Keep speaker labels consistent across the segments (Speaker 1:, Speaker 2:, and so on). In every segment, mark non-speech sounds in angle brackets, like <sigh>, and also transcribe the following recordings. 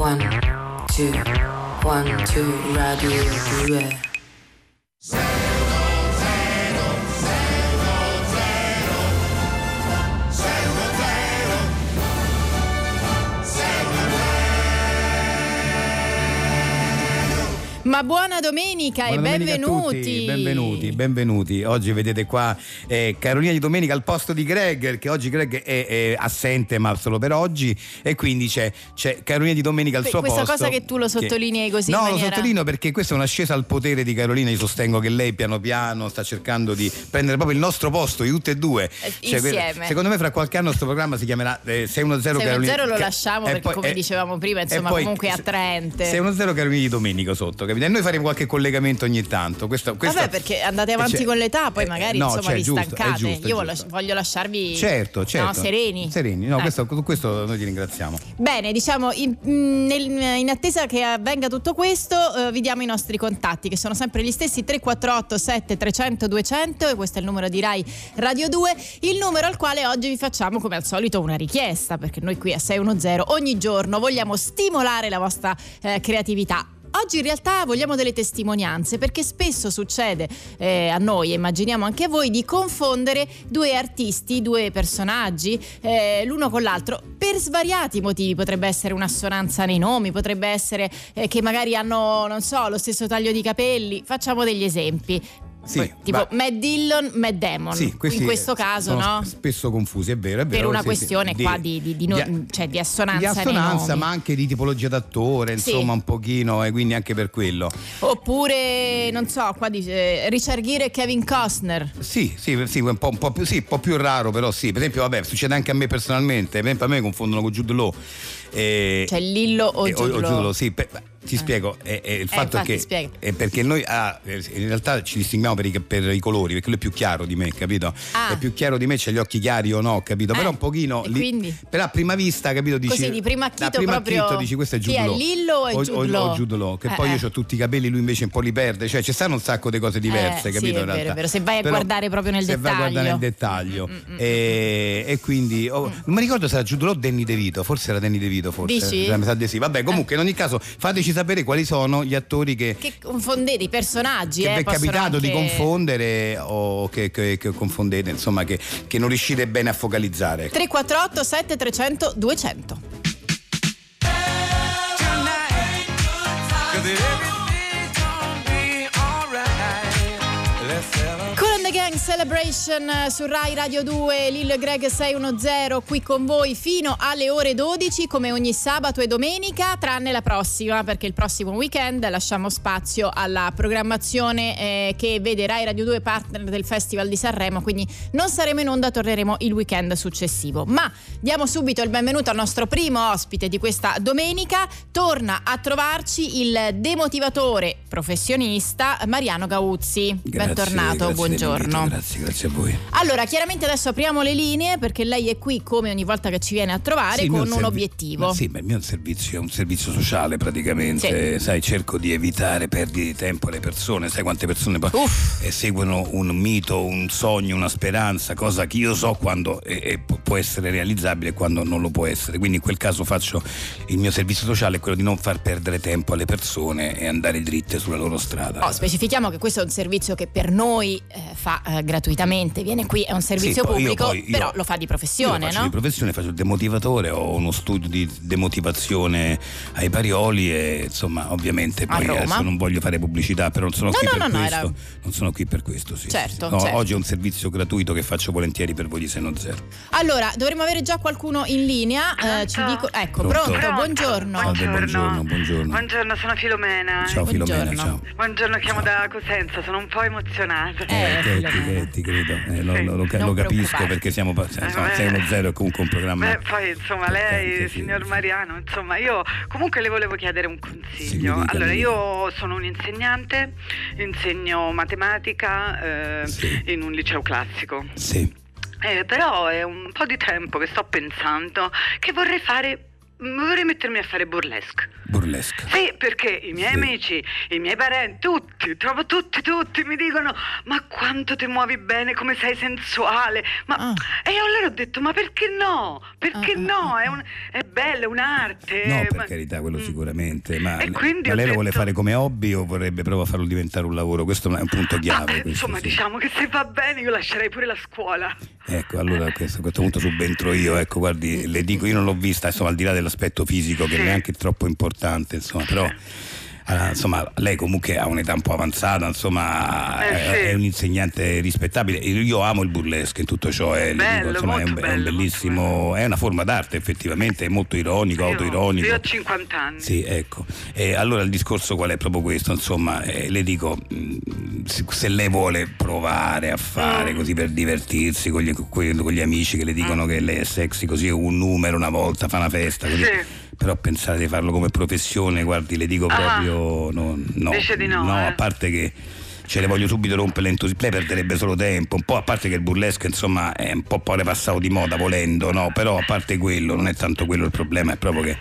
Speaker 1: One, two, one, two, radio 2.
Speaker 2: Ma buona domenica
Speaker 3: Buona
Speaker 2: e
Speaker 3: domenica a
Speaker 2: benvenuti.
Speaker 3: tutti, benvenuti, benvenuti. Oggi vedete qua eh, Carolina di Domenica al posto di Greg, perché oggi Greg è, è assente ma solo per oggi e quindi c'è, c'è Carolina di Domenica al
Speaker 2: Que-
Speaker 3: suo
Speaker 2: questa
Speaker 3: posto.
Speaker 2: cosa che tu lo sottolinei così in
Speaker 3: No,
Speaker 2: maniera-
Speaker 3: lo sottolineo perché questa è un'ascesa al potere di Carolina, io sostengo che lei piano piano sta cercando di prendere proprio il nostro posto, di tutte e due.
Speaker 2: Eh,
Speaker 3: Cioè,
Speaker 2: insieme.
Speaker 3: secondo me fra qualche anno questo programma si chiamerà eh, 610
Speaker 2: 610
Speaker 3: Carolina.
Speaker 2: lo
Speaker 3: Ca-
Speaker 2: lasciamo
Speaker 3: e
Speaker 2: perché
Speaker 3: poi-
Speaker 2: come
Speaker 3: e-
Speaker 2: dicevamo prima,
Speaker 3: e
Speaker 2: insomma,
Speaker 3: poi
Speaker 2: comunque è
Speaker 3: se-
Speaker 2: attraente.
Speaker 3: 610 Carolina di Domenico sotto, capito? E noi faremo qualche collegamento ogni tanto. Questo, questo-
Speaker 2: Vabbè, perché andate
Speaker 3: Eh,
Speaker 2: avanti
Speaker 3: cioè,
Speaker 2: con l'età, poi
Speaker 3: eh,
Speaker 2: magari
Speaker 3: no,
Speaker 2: insomma
Speaker 3: cioè,
Speaker 2: vi
Speaker 3: giusto, è
Speaker 2: stancate.
Speaker 3: giusto, è
Speaker 2: Io voglio-
Speaker 3: giusto.
Speaker 2: voglio lasciarvi
Speaker 3: Certo, certo.
Speaker 2: no, sereni.
Speaker 3: Sereni, no,
Speaker 2: Eh.
Speaker 3: questo, questo noi ti ringraziamo.
Speaker 2: Bene, diciamo, in, mh, nel- in attesa che avvenga tutto questo, eh, vi diamo i nostri contatti, che sono sempre gli stessi 348 7300 200 e questo è il numero di Rai Radio 2, il numero al quale oggi vi facciamo come al solito una richiesta, perché noi qui a 610 ogni giorno vogliamo stimolare la vostra eh, creatività. Oggi in realtà vogliamo delle testimonianze perché spesso succede eh, a noi, e immaginiamo anche a voi, di confondere due artisti, due personaggi, eh, l'uno con l'altro, per svariati motivi. Potrebbe essere un'assonanza nei nomi, potrebbe essere eh, che magari hanno, non so, lo stesso taglio di capelli. Facciamo degli esempi.
Speaker 3: Sì,
Speaker 2: Poi, tipo
Speaker 3: va-
Speaker 2: Matt Dillon, Matt Damon.
Speaker 3: Sì, questi
Speaker 2: In questo caso,
Speaker 3: sono
Speaker 2: no?
Speaker 3: sp- Spesso confusi, è vero, è vero.
Speaker 2: Per una
Speaker 3: sì, sì,
Speaker 2: questione qua di, di- di no- cioè, di assonanza.
Speaker 3: di
Speaker 2: nei
Speaker 3: assonanza,
Speaker 2: nomi.
Speaker 3: ma anche di tipologia d'attore,
Speaker 2: Sì.
Speaker 3: insomma, un pochino, e quindi anche per quello.
Speaker 2: Oppure, non so, qua dice Richard Gere e Kevin Costner.
Speaker 3: Sì, sì, sì, un po', un po' più, sì, un po' più raro, però sì. Per esempio, vabbè, succede anche a me personalmente. Per esempio, a me confondono con Jude Law. eh,
Speaker 2: Cioè Lillo o
Speaker 3: Eh,
Speaker 2: Jude Law.
Speaker 3: sì, per- beh, ti
Speaker 2: Eh.
Speaker 3: spiego, eh, eh, il fatto
Speaker 2: infatti,
Speaker 3: è che
Speaker 2: spiega.
Speaker 3: è perché noi ah, eh, in realtà ci distinguiamo per i, per i colori, perché lui è più chiaro di me, capito?
Speaker 2: Ah.
Speaker 3: È più chiaro di me, c'ha gli occhi chiari o no, capito? Però
Speaker 2: Eh,
Speaker 3: un pochino
Speaker 2: e
Speaker 3: lì-
Speaker 2: quindi?
Speaker 3: però a prima vista, capito, dici
Speaker 2: Così, di prima acchito
Speaker 3: a prima
Speaker 2: proprio-
Speaker 3: acchito dici questo è
Speaker 2: chi
Speaker 3: Jude
Speaker 2: è,
Speaker 3: Law.
Speaker 2: Lillo o è
Speaker 3: o,
Speaker 2: Jude
Speaker 3: o
Speaker 2: Law?
Speaker 3: Jude Law, che
Speaker 2: Eh,
Speaker 3: poi
Speaker 2: eh.
Speaker 3: io ho tutti i capelli, lui invece un po' li perde, cioè ci stanno un sacco di cose diverse,
Speaker 2: Eh, sì,
Speaker 3: capito?
Speaker 2: è
Speaker 3: in
Speaker 2: vero,
Speaker 3: realtà.
Speaker 2: è vero, se vai a guardare proprio nel
Speaker 3: se vai a guardare nel
Speaker 2: dettaglio.
Speaker 3: dettaglio.
Speaker 2: Mm, mm, mm,
Speaker 3: E, e quindi oh, non mi ricordo se era Jude Law o Danny DeVito, forse era Danny DeVito forse.
Speaker 2: Dici?
Speaker 3: Eh, mi sa di sì. Vabbè, comunque in ogni caso fateci sapere quali sono gli attori che
Speaker 2: Che confondete i personaggi.
Speaker 3: che
Speaker 2: eh,
Speaker 3: vi è
Speaker 2: possono
Speaker 3: capitato di
Speaker 2: anche-
Speaker 3: confondere o che, che- che confondete, insomma, che, che non riuscite bene a focalizzare. ecco.
Speaker 2: 348 7300 200.
Speaker 4: tonight. 'Cause everything's gonna be alright. Let's celebrate.
Speaker 2: Cool and the Gang Celebration eh, su Rai Radio 2, Lillo e Greg 610 qui con voi fino alle ore 12 come ogni sabato e domenica tranne la prossima perché il prossimo weekend lasciamo spazio alla programmazione eh, che vede Rai Radio 2 partner del Festival di Sanremo quindi non saremo in onda, torneremo il weekend successivo. Ma diamo subito il benvenuto al nostro primo ospite di questa domenica, torna a trovarci il demotivatore professionista Mariano Gauzzi.
Speaker 3: Grazie,
Speaker 2: Bentornato,
Speaker 3: grazie
Speaker 2: buongiorno.
Speaker 3: dell'invito, grazie, grazie a voi.
Speaker 2: Allora, chiaramente adesso apriamo le linee perché lei è qui come ogni volta che ci viene a trovare
Speaker 3: Sì, il
Speaker 2: con
Speaker 3: mio
Speaker 2: un
Speaker 3: servi-
Speaker 2: obiettivo.
Speaker 3: Ma sì, ma il mio servizio è un servizio sociale praticamente. Sai, cerco di evitare perdite di tempo alle persone. Sai quante persone poi
Speaker 2: Uff.
Speaker 3: eh, seguono un mito, un sogno, una speranza, cosa che io so quando eh, eh, pu- può essere realizzabile e quando non lo può essere. Quindi in quel caso faccio il mio servizio sociale, è quello di non far perdere tempo alle persone e andare dritte sulla loro strada.
Speaker 2: Oh, specifichiamo che questo è un servizio che per noi eh, fa eh, gratuitamente, viene qui, è un servizio
Speaker 3: Sì, poi io
Speaker 2: pubblico,
Speaker 3: poi- io-
Speaker 2: però lo fa di
Speaker 3: Io
Speaker 2: professione,
Speaker 3: faccio
Speaker 2: no?
Speaker 3: di professione, faccio il demotivatore, ho uno studio di demotivazione ai Parioli e insomma ovviamente
Speaker 2: A
Speaker 3: poi
Speaker 2: Roma.
Speaker 3: adesso non voglio fare pubblicità, però non sono
Speaker 2: No,
Speaker 3: qui
Speaker 2: no,
Speaker 3: per
Speaker 2: no, no,
Speaker 3: questo.
Speaker 2: era-
Speaker 3: Non sono qui per questo, sì.
Speaker 2: Certo,
Speaker 3: sì, sì. No,
Speaker 2: certo.
Speaker 3: Oggi è un servizio gratuito che faccio volentieri per voi di Seno Zero.
Speaker 2: Allora, dovremmo avere già qualcuno in linea. eh, ci
Speaker 5: Pronto?
Speaker 2: dico- ecco,
Speaker 3: Pronto? Ah,
Speaker 2: pronto,
Speaker 3: Pronto.
Speaker 2: buongiorno.
Speaker 3: Salve, buongiorno, buongiorno.
Speaker 5: Certo. Buongiorno, sono Filomena.
Speaker 3: Ciao Filomena,
Speaker 2: Ah, buongiorno.
Speaker 3: ciao.
Speaker 5: Buongiorno, chiamo
Speaker 3: Ciao.
Speaker 5: da Cosenza, sono un po' emozionata.
Speaker 2: Eh,
Speaker 3: Eh, ti,
Speaker 2: Filomena.
Speaker 3: ti- ti credo, eh, lo,
Speaker 5: Sì.
Speaker 3: lo- lo ca-
Speaker 2: Non
Speaker 3: lo capisco
Speaker 2: preoccuparti.
Speaker 3: perché siamo pa- cioè, insomma,
Speaker 5: Eh, beh.
Speaker 3: 6 zero è comunque un programma.
Speaker 5: Beh, poi insomma lei,
Speaker 3: importante, sì,
Speaker 5: signor
Speaker 3: sì.
Speaker 5: Mariano, insomma io comunque le volevo chiedere un
Speaker 3: Sì, mi
Speaker 5: consiglio.
Speaker 3: dica,
Speaker 5: allora
Speaker 3: mi dica.
Speaker 5: io sono un insegnante, insegno matematica eh,
Speaker 3: Sì.
Speaker 5: in un liceo classico.
Speaker 3: Sì.
Speaker 5: Eh, però è un po' di tempo che sto pensando che vorrei fare vorrei mettermi a fare burlesque.
Speaker 3: Burlesque.
Speaker 5: Sì, perché i miei
Speaker 3: Sì.
Speaker 5: amici, i miei parenti, tutti, trovo tutti, tutti, mi dicono ma quanto ti muovi bene, come sei sensuale. Ma...
Speaker 2: Ah.
Speaker 5: E io allora ho detto ma perché no? Perché
Speaker 2: Ah, ah,
Speaker 5: no?
Speaker 2: ah,
Speaker 5: È, un- è bello, è un'arte.
Speaker 3: No, per
Speaker 5: ma-
Speaker 3: carità, quello
Speaker 5: Mm.
Speaker 3: sicuramente. Ma,
Speaker 5: E quindi
Speaker 3: ma
Speaker 5: ho
Speaker 3: lei lo vuole
Speaker 5: detto-
Speaker 3: fare come hobby o vorrebbe proprio farlo diventare un lavoro? Questo è un punto
Speaker 5: Ah,
Speaker 3: chiave.
Speaker 5: beh,
Speaker 3: questo,
Speaker 5: insomma,
Speaker 3: sì.
Speaker 5: diciamo che se va bene io lascerei pure la scuola.
Speaker 3: Ecco, allora a questo, a questo punto subentro io, ecco, guardi, le dico, io non l'ho vista, insomma, al di là dell'aspetto fisico che
Speaker 5: Sì. Eh.
Speaker 3: neanche è troppo importante, insomma, però... ah, insomma, lei comunque ha un'età un po' avanzata, insomma,
Speaker 5: Eh,
Speaker 3: è,
Speaker 5: sì.
Speaker 3: è un insegnante rispettabile. Io io amo il burlesque in tutto ciò, eh, le dico,
Speaker 5: Bello,
Speaker 3: insomma, è un, è
Speaker 5: molto
Speaker 3: un
Speaker 5: bello, molto
Speaker 3: bellissimo, è una forma d'arte effettivamente, è molto ironico,
Speaker 5: Io-
Speaker 3: autoironico.
Speaker 5: Io ho 50 anni.
Speaker 3: Sì, ecco. Eh, allora il discorso qual è? Proprio questo, insomma, eh, le dico, mh, se, se lei vuole provare a
Speaker 5: Mm.
Speaker 3: fare così per divertirsi con gli, con gli amici che le dicono che lei è sexy così, un numero una volta, fa una festa, così.
Speaker 5: Sì.
Speaker 3: Però pensare di farlo come professione, guardi, le dico
Speaker 5: Ah.
Speaker 3: proprio no. no,
Speaker 5: Dice di no, eh.
Speaker 3: a parte che ce le voglio subito rompere l'entusiasmo, lei perderebbe solo tempo, un po' a parte che il burlesque insomma è un po' pare passato di moda volendo, no? Però a parte quello, non è tanto quello il problema, è proprio che...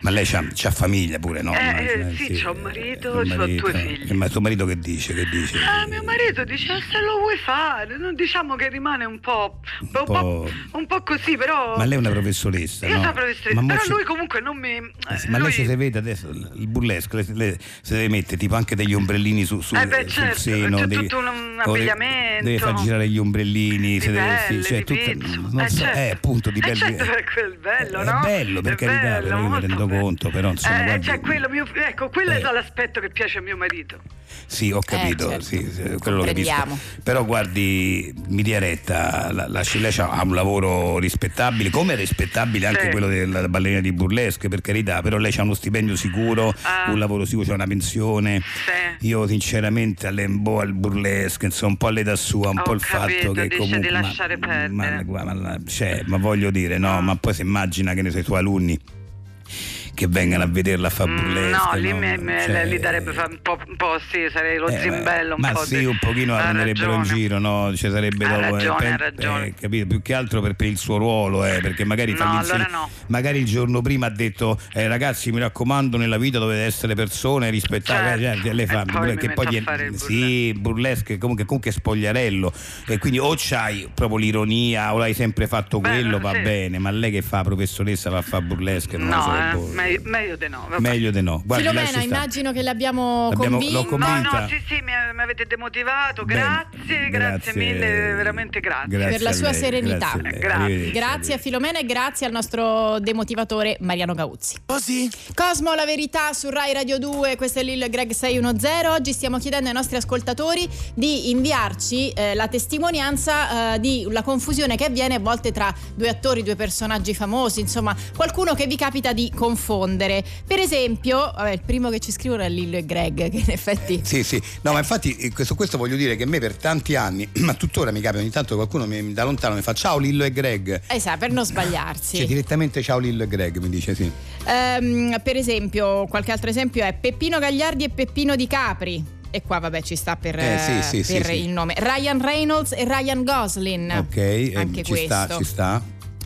Speaker 3: Ma lei c'ha, c'ha famiglia pure, no?
Speaker 5: Eh,
Speaker 3: Ma-
Speaker 5: eh, sì, c'ho un
Speaker 3: eh,
Speaker 5: marito,
Speaker 3: un
Speaker 5: c'ho
Speaker 3: marito.
Speaker 5: due figli.
Speaker 3: Eh, Ma tuo marito che dice? Che dice?
Speaker 5: Ah, mio marito dice "Ah, se lo vuoi fare, non diciamo che rimane un po', un po',
Speaker 3: po'-
Speaker 5: un po' così, però...
Speaker 3: Ma lei è una professoressa,
Speaker 5: Io
Speaker 3: no?
Speaker 5: sono professoressa,
Speaker 3: Ma mo
Speaker 5: però
Speaker 3: ci-
Speaker 5: lui comunque non mi...
Speaker 3: Eh sì, Ma
Speaker 5: lui-
Speaker 3: lei ci si vede adesso il burlesco, lei- lei se deve mettere tipo anche degli ombrellini su, su,
Speaker 5: Eh beh,
Speaker 3: sul
Speaker 5: certo,
Speaker 3: seno.
Speaker 5: c'è
Speaker 3: deve-
Speaker 5: tutto un
Speaker 3: o deve-
Speaker 5: abbigliamento.
Speaker 3: Deve far girare gli ombrellini,
Speaker 5: Di
Speaker 3: se deve- cioè,
Speaker 5: pelle, di pizzo.
Speaker 3: non
Speaker 5: Eh,
Speaker 3: so,
Speaker 5: certo.
Speaker 3: eh, appunto di
Speaker 5: Eh,
Speaker 3: pelle.
Speaker 5: certo, per quel bello,
Speaker 3: è
Speaker 5: no?
Speaker 3: bello, per
Speaker 5: È
Speaker 3: carità,
Speaker 5: bello,
Speaker 3: però io mi
Speaker 5: molto
Speaker 3: rendo
Speaker 5: bello.
Speaker 3: conto, però insomma.
Speaker 5: Eh,
Speaker 3: guardi-
Speaker 5: cioè, quello mio- ecco, quello
Speaker 3: Eh.
Speaker 5: è l'aspetto che piace a mio marito.
Speaker 3: Sì, ho capito,
Speaker 2: certo.
Speaker 3: sì, sì, quello lo capisco.
Speaker 2: Comprendiamo.
Speaker 3: Però guardi, mi dia retta, la, la Scillea ha un lavoro rispettabile, come è rispettabile anche
Speaker 5: Sì.
Speaker 3: quello della ballerina di burlesque, per carità, però lei ha uno stipendio sicuro,
Speaker 5: Ah.
Speaker 3: un lavoro sicuro, c'è una pensione.
Speaker 5: Sì.
Speaker 3: Io sinceramente alle- un po' al burlesque, insomma, un po' all'età sua, un
Speaker 5: Ho
Speaker 3: po' il
Speaker 5: capito,
Speaker 3: fatto che
Speaker 5: dice
Speaker 3: comunque...
Speaker 5: di lasciare
Speaker 3: ma,
Speaker 5: perdere. Ah.
Speaker 3: ma- ma- ma- cioè, ma voglio dire, no, ma poi si immagina che ne so, i tuoi alunni che vengano a vederla a fare
Speaker 5: Mm,
Speaker 3: burlesque.
Speaker 5: no, lì, mi- mi-
Speaker 3: Cioè,
Speaker 5: lì darebbe fa- un po', un po' sì, sarei lo
Speaker 3: eh,
Speaker 5: zimbello un
Speaker 3: ma
Speaker 5: po'.
Speaker 3: sì,
Speaker 5: di-
Speaker 3: un pochino la
Speaker 5: Ha
Speaker 3: prenderebbero in
Speaker 5: ragione.
Speaker 3: giro, no? Ci sarebbe
Speaker 5: Ha
Speaker 3: dopo,
Speaker 5: ragione,
Speaker 3: eh,
Speaker 5: ha
Speaker 3: pe-
Speaker 5: ragione.
Speaker 3: eh, capito? Più che altro per, per il suo ruolo, eh, perché magari
Speaker 5: No,
Speaker 3: fa l'insegnante-
Speaker 5: allora no.
Speaker 3: magari il giorno prima ha detto "Eh, ragazzi, mi raccomando, nella vita dovete essere persone rispettate,
Speaker 5: Certo,
Speaker 3: eh, le
Speaker 5: e
Speaker 3: fa,
Speaker 5: poi mi
Speaker 3: che
Speaker 5: metto a
Speaker 3: viene-
Speaker 5: fare il
Speaker 3: sì, burlesque, comunque comunque spogliarello e quindi o c'hai proprio l'ironia o l'hai sempre fatto
Speaker 5: Beh,
Speaker 3: quello, va
Speaker 5: sì.
Speaker 3: bene, ma lei che fa professoressa va a fare burlesque, non lo so,
Speaker 5: No, eh,
Speaker 3: boh.
Speaker 5: me- meglio di no. vabbè.
Speaker 3: meglio di no. Guardi, lasci
Speaker 2: Filomena,
Speaker 3: stare.
Speaker 2: immagino che l'abbiamo
Speaker 3: L'abbiamo- l'ho
Speaker 2: convinta.
Speaker 5: No,
Speaker 3: convinta.
Speaker 5: no, sì, sì, mi, mi avete demotivato,
Speaker 3: Bene,
Speaker 5: grazie, grazie, mille, veramente grazie.
Speaker 2: Per la
Speaker 3: a
Speaker 2: sua serenità.
Speaker 3: grazie a lei.
Speaker 5: Grazie.
Speaker 3: Arrivederci,
Speaker 2: Grazie a Filomena e grazie al nostro demotivatore Mariano Gauzzi.
Speaker 6: Così.
Speaker 2: Cosmo la verità su Rai Radio 2, questo è Lil Greg 610. Oggi stiamo chiedendo ai nostri ascoltatori di inviarci eh, la testimonianza eh, di la confusione che avviene a volte tra due attori, due personaggi famosi, insomma, qualcuno che vi capita di confondere. Per esempio, vabbè, il primo che ci scrivono è Lillo e Greg, che in effetti
Speaker 7: Sì, sì, no, ma infatti eh, su questo voglio dire che a me per tanti anni, <clears throat> ma tuttora mi capita ogni tanto che qualcuno mi, da lontano mi fa ciao Lillo e Greg.
Speaker 2: Eh, sa, per non sbagliarsi.
Speaker 7: Cioè direttamente ciao Lillo e Greg, mi dice sì.
Speaker 2: Ehm, per esempio, qualche altro esempio è Peppino Gagliardi e Peppino Di Capri. E qua vabbè ci sta per,
Speaker 7: Eh, sì, sì,
Speaker 2: eh,
Speaker 7: sì,
Speaker 2: per
Speaker 7: sì.
Speaker 2: il nome. Ryan Reynolds e Ryan Goslin.
Speaker 7: ok, eh,
Speaker 2: anche
Speaker 7: ci
Speaker 2: questo.
Speaker 7: sta, ci sta.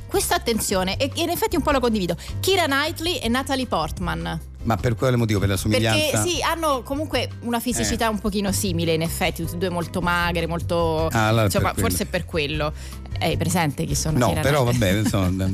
Speaker 2: Questa attenzione, e e in effetti un po' lo condivido. Kira Knightley e Natalie Portman.
Speaker 7: Ma per quale motivo? Per la somiglianza? Eh.
Speaker 2: Perché sì, hanno comunque una fisicità un pochino simile, in effetti, tutte e due molto magre, molto.
Speaker 7: Ah, allora
Speaker 2: insomma,
Speaker 7: per quello.
Speaker 2: forse per quello. Eh, Hai presente chi sono?
Speaker 7: No,
Speaker 2: Kira
Speaker 7: però
Speaker 2: Knightley?
Speaker 7: vabbè,
Speaker 2: <laughs>
Speaker 7: insomma,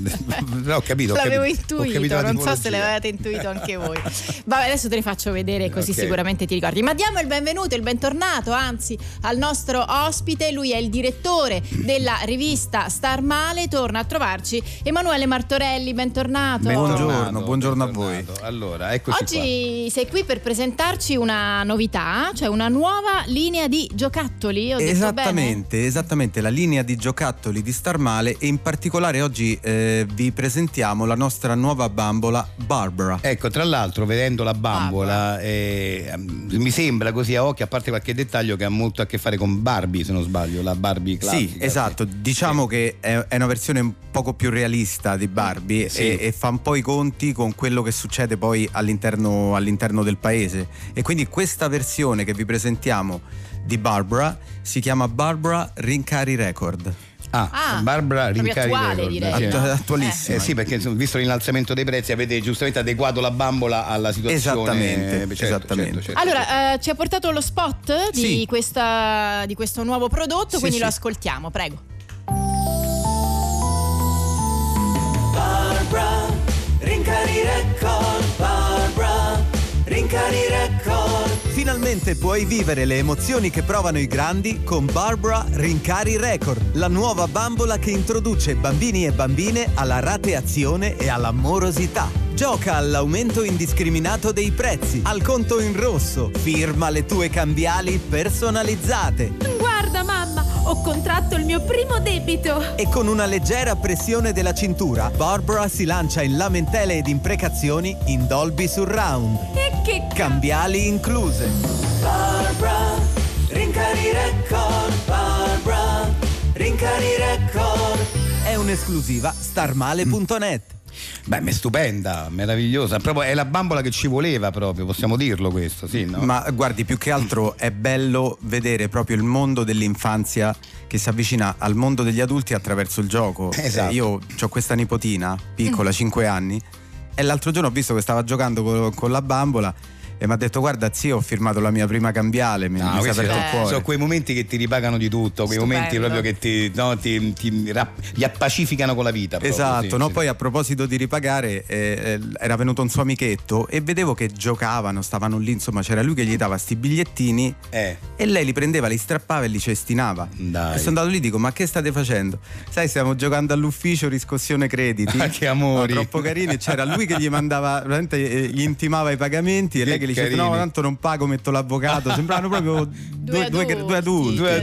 Speaker 7: però ho capito. ho
Speaker 2: L'avevo
Speaker 7: capito- ho
Speaker 2: intuito,
Speaker 7: capito la
Speaker 2: non so se
Speaker 7: tipologia.
Speaker 2: l'avete intuito anche voi. Vabbè, adesso te li faccio vedere così
Speaker 7: Ok.
Speaker 2: sicuramente ti ricordi. Ma diamo il benvenuto, il bentornato, anzi, al nostro ospite. Lui è il direttore della rivista Star Male. Torna a trovarci Emanuele Martorelli, bentornato.
Speaker 7: Bentornato,
Speaker 8: Buongiorno, buongiorno a voi.
Speaker 7: bentornato. Allora, eccoci qua.
Speaker 2: Oggi sei qui per presentarci una novità, cioè una nuova linea di giocattoli. Ho detto bene?
Speaker 8: Esattamente, esattamente, la linea di giocattoli di Star Male e in particolare oggi eh, vi presentiamo la nostra nuova bambola Barbara.
Speaker 7: Ecco, tra l'altro, vedendo la bambola, eh, ehm, mi sembra così a occhio, a parte qualche dettaglio che ha molto a che fare con Barbie, se non sbaglio, la Barbie classica.
Speaker 8: sì, esatto, diciamo che è, è una versione un poco più realista di Barbie
Speaker 7: Sì.
Speaker 8: e, e fa un po' i conti con quello che succede poi all'interno, all'interno del paese. E quindi questa versione che vi presentiamo di Barbara si chiama Barbara Rincari Record.
Speaker 3: Ah,
Speaker 2: Ah,
Speaker 3: Barbara
Speaker 2: proprio
Speaker 3: Rincari
Speaker 2: attuale,
Speaker 3: Record,
Speaker 2: direi,
Speaker 3: sì.
Speaker 2: no?
Speaker 8: Attu- attualissima.
Speaker 3: Eh sì, perché insomma, visto l'innalzamento dei prezzi avete giustamente adeguato la bambola alla situazione.
Speaker 8: Esattamente,
Speaker 3: Eh, certo,
Speaker 8: esattamente.
Speaker 3: certo, certo.
Speaker 2: Allora, eh, ci ha portato lo spot di,
Speaker 8: Sì.
Speaker 2: questa- di questo nuovo prodotto,
Speaker 8: Sì,
Speaker 2: quindi
Speaker 8: sì.
Speaker 2: lo ascoltiamo, prego.
Speaker 8: Finalmente puoi vivere le emozioni che provano i grandi con Barbara Rincari Record, la nuova bambola che introduce bambini e bambine alla rateazione e all'amorosità. Gioca all'aumento indiscriminato dei prezzi, al conto in rosso, firma le tue cambiali personalizzate
Speaker 9: Guarda mamma, ho contratto il mio primo debito.
Speaker 8: e con una leggera pressione della cintura Barbara si lancia in lamentele ed imprecazioni in Dolby Surround.
Speaker 9: E che
Speaker 8: cambiali incluse. Barbara, rincari record, Barbara, rincari record. È un'esclusiva starmale.net.
Speaker 3: Beh, ma è stupenda, meravigliosa. Proprio è la bambola che ci voleva proprio, possiamo dirlo questo, sì, no?
Speaker 8: Mm. Ma guardi, più che altro è bello vedere proprio il mondo dell'infanzia che si avvicina al mondo degli adulti attraverso il gioco.
Speaker 3: Esatto.
Speaker 8: Eh, Io ho questa nipotina piccola, 5 anni, e l'altro giorno ho visto che stava giocando co- con la bambola e mi ha detto guarda zio ho firmato la mia prima cambiale, mi,
Speaker 3: No,
Speaker 8: mi si è
Speaker 3: questi
Speaker 8: aperto il
Speaker 3: sono-
Speaker 8: cuore.
Speaker 3: sono quei momenti che ti ripagano di tutto, quei
Speaker 2: Stupendo.
Speaker 3: momenti proprio che ti, no, ti- ti rap- ti appacificano con la vita. proprio,
Speaker 8: Esatto,
Speaker 3: sì,
Speaker 8: no?
Speaker 3: sì.
Speaker 8: poi a proposito di ripagare, eh, eh, era venuto un suo amichetto e vedevo che giocavano, stavano lì, insomma c'era lui che gli dava sti bigliettini
Speaker 3: Eh,
Speaker 8: e lei li prendeva, li strappava e li cestinava.
Speaker 3: Dai.
Speaker 8: E sono andato lì e dico, ma che state facendo? Sai, stiamo giocando all'ufficio riscossione crediti.
Speaker 3: <laughs> Ah, che amori.
Speaker 8: No, troppo carini, c'era lui che
Speaker 3: <laughs>
Speaker 8: gli mandava, veramente eh, gli intimava i pagamenti e
Speaker 3: Che
Speaker 8: lei che gli diceva,
Speaker 3: carini.
Speaker 8: no, tanto non pago, metto l'avvocato. Sembravano proprio due, due-
Speaker 2: adulti.
Speaker 8: due adulti.
Speaker 3: due
Speaker 2: Due
Speaker 3: adulti,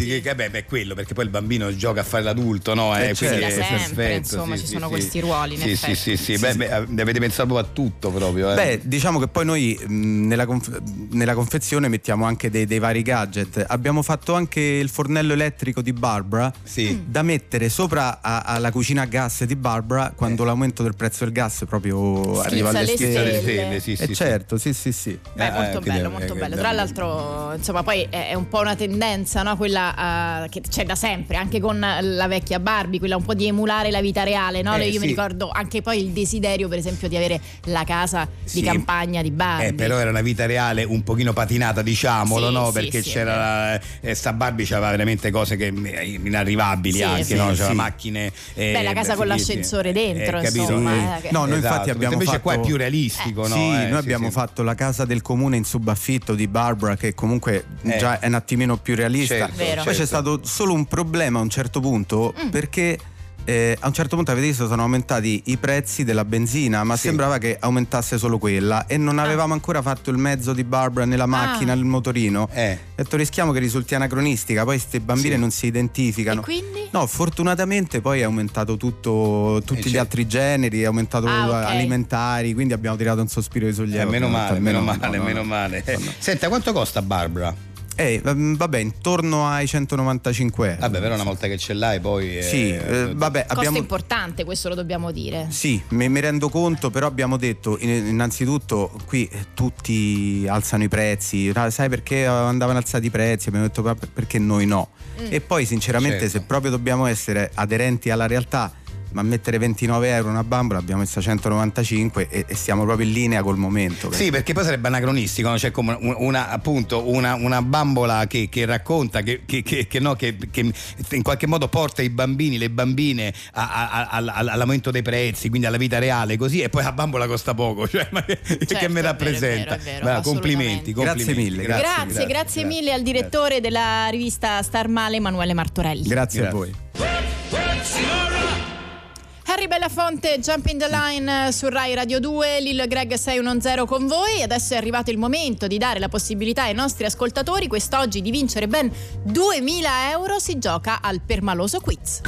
Speaker 2: adulti.
Speaker 3: che, che beh, beh, è quello, perché poi il bambino gioca a fare l'adulto, no?
Speaker 8: Eh,
Speaker 3: Eh,
Speaker 8: certo.
Speaker 3: quindi
Speaker 8: Sì,
Speaker 2: da
Speaker 3: è
Speaker 2: sempre, insomma, ci sono questi ruoli, in
Speaker 3: sì, sì,
Speaker 2: effetti.
Speaker 3: sì, sì, beh, beh, avete pensato proprio a tutto proprio, eh.
Speaker 8: Beh, diciamo che poi noi mh, nella, conf- nella confezione mettiamo anche dei, dei vari gadget. Abbiamo fatto anche il fornello elettrico di Barbara
Speaker 2: Mm.
Speaker 3: Sì.
Speaker 8: da mettere sopra a- alla cucina a gas di Barbara quando l'aumento del prezzo del gas proprio arriva alle
Speaker 2: le
Speaker 8: stelle.
Speaker 3: Tutte le
Speaker 2: stelle.
Speaker 3: sì, sì,
Speaker 8: Eh
Speaker 3: sì.
Speaker 8: certo, sì, sì, sì.
Speaker 2: Beh,
Speaker 3: Eh,
Speaker 2: molto bello,
Speaker 3: eh, quindi,
Speaker 2: molto
Speaker 3: eh,
Speaker 2: bello.
Speaker 3: eh,
Speaker 2: Tra
Speaker 3: eh,
Speaker 2: l'altro, insomma, poi è è un po' una tendenza, no? Quella eh, che c'è da sempre, anche con la vecchia Barbie, quella un po' di emulare la vita reale, no?
Speaker 3: Eh,
Speaker 2: Io mi
Speaker 3: sì.
Speaker 2: ricordo anche poi il desiderio, per esempio, di avere la casa
Speaker 3: Sì.
Speaker 2: di campagna di Barbie.
Speaker 3: Eh, però era una vita reale un pochino patinata, diciamolo,
Speaker 2: Sì,
Speaker 3: no?
Speaker 2: sì,
Speaker 3: Perché
Speaker 2: sì,
Speaker 3: c'era
Speaker 2: è
Speaker 3: la- eh, sta Barbie c'aveva veramente cose che eh, inarrivabili
Speaker 2: Sì,
Speaker 3: anche,
Speaker 2: sì,
Speaker 3: no?
Speaker 8: sì.
Speaker 3: C'era macchine eh,
Speaker 2: Beh, la casa con
Speaker 3: finiti.
Speaker 2: l'ascensore dentro,
Speaker 3: Eh, capito?
Speaker 2: insomma,
Speaker 3: Eh,
Speaker 2: eh, che-
Speaker 8: No, noi
Speaker 3: esatto,
Speaker 8: infatti abbiamo
Speaker 3: invece
Speaker 8: fatto...
Speaker 3: qua è più realistico, no?
Speaker 8: Sì,
Speaker 3: Eh,
Speaker 8: noi
Speaker 3: sì,
Speaker 8: abbiamo
Speaker 3: sì.
Speaker 8: fatto la casa del comune in subaffitto di Barbara, che comunque
Speaker 3: Eh.
Speaker 8: già è un attimino più realista.
Speaker 3: Certo,
Speaker 2: Vero.
Speaker 8: Poi c'è
Speaker 3: certo.
Speaker 8: stato solo un problema a un certo punto, perché eh, a un certo punto avete visto sono aumentati i prezzi della benzina, ma
Speaker 3: Sì.
Speaker 8: sembrava che aumentasse solo quella e non avevamo ancora fatto il mezzo di Barbara nella macchina, il motorino.
Speaker 3: Eh.
Speaker 8: Ho detto rischiamo che risulti anacronistica, poi queste bambine
Speaker 3: Sì.
Speaker 8: non si identificano.
Speaker 2: E quindi?
Speaker 8: No, fortunatamente poi è aumentato tutto, tutti gli
Speaker 3: certo.
Speaker 8: altri generi, è aumentato
Speaker 2: Ah, ok.
Speaker 8: alimentari, quindi abbiamo tirato un sospiro di sollievo.
Speaker 3: Eh, meno male,
Speaker 8: Almeno-
Speaker 3: meno male,
Speaker 8: no, no,
Speaker 3: meno
Speaker 8: no.
Speaker 3: male. Eh, Senta, quanto costa Barbara?
Speaker 8: Eh, mm, vabbè, intorno ai 195 euro.
Speaker 3: Vabbè, però una volta che ce l'hai poi... eh,
Speaker 8: Sì, eh, vabbè,
Speaker 2: Costo
Speaker 8: abbiamo...
Speaker 2: importante, questo lo dobbiamo dire.
Speaker 8: Sì, me- mi rendo conto, però abbiamo detto in- innanzitutto qui eh, tutti alzano i prezzi, ra- sai perché andavano alzati i prezzi, abbiamo detto "Ma per- perché noi no. E poi sinceramente
Speaker 3: Certo.
Speaker 8: se proprio dobbiamo essere aderenti alla realtà, ma mettere 29 euro una bambola abbiamo messa 195 e, e siamo proprio in linea col momento.
Speaker 3: Sì, perché poi sarebbe anacronistico, no? c'è come un- una, appunto una, una bambola che, che racconta, che, che- che- che no, che- che in qualche modo porta i bambini, le bambine a- a- a- al- all'aumento dei prezzi, quindi alla vita reale, così, e poi la bambola costa poco, <laughs> cioè, ma che- che
Speaker 2: Certo,
Speaker 3: me
Speaker 2: è vero,
Speaker 3: rappresenta.
Speaker 2: è vero, è vero,
Speaker 3: Ma
Speaker 2: assolutamente.
Speaker 3: complimenti, complimenti.
Speaker 8: Grazie mille,
Speaker 2: Grazie,
Speaker 8: Grazie,
Speaker 2: grazie, mille al direttore della rivista Star Male, Emanuele Martorelli.
Speaker 8: Grazie, a
Speaker 3: Grazie.
Speaker 8: voi.
Speaker 2: Harry Belafonte, Jump in the Line eh, su Rai Radio 2, Lil Greg 610 con voi. Adesso è arrivato il momento di dare la possibilità ai nostri ascoltatori quest'oggi di vincere ben 2000 euro. Si gioca al permaloso quiz.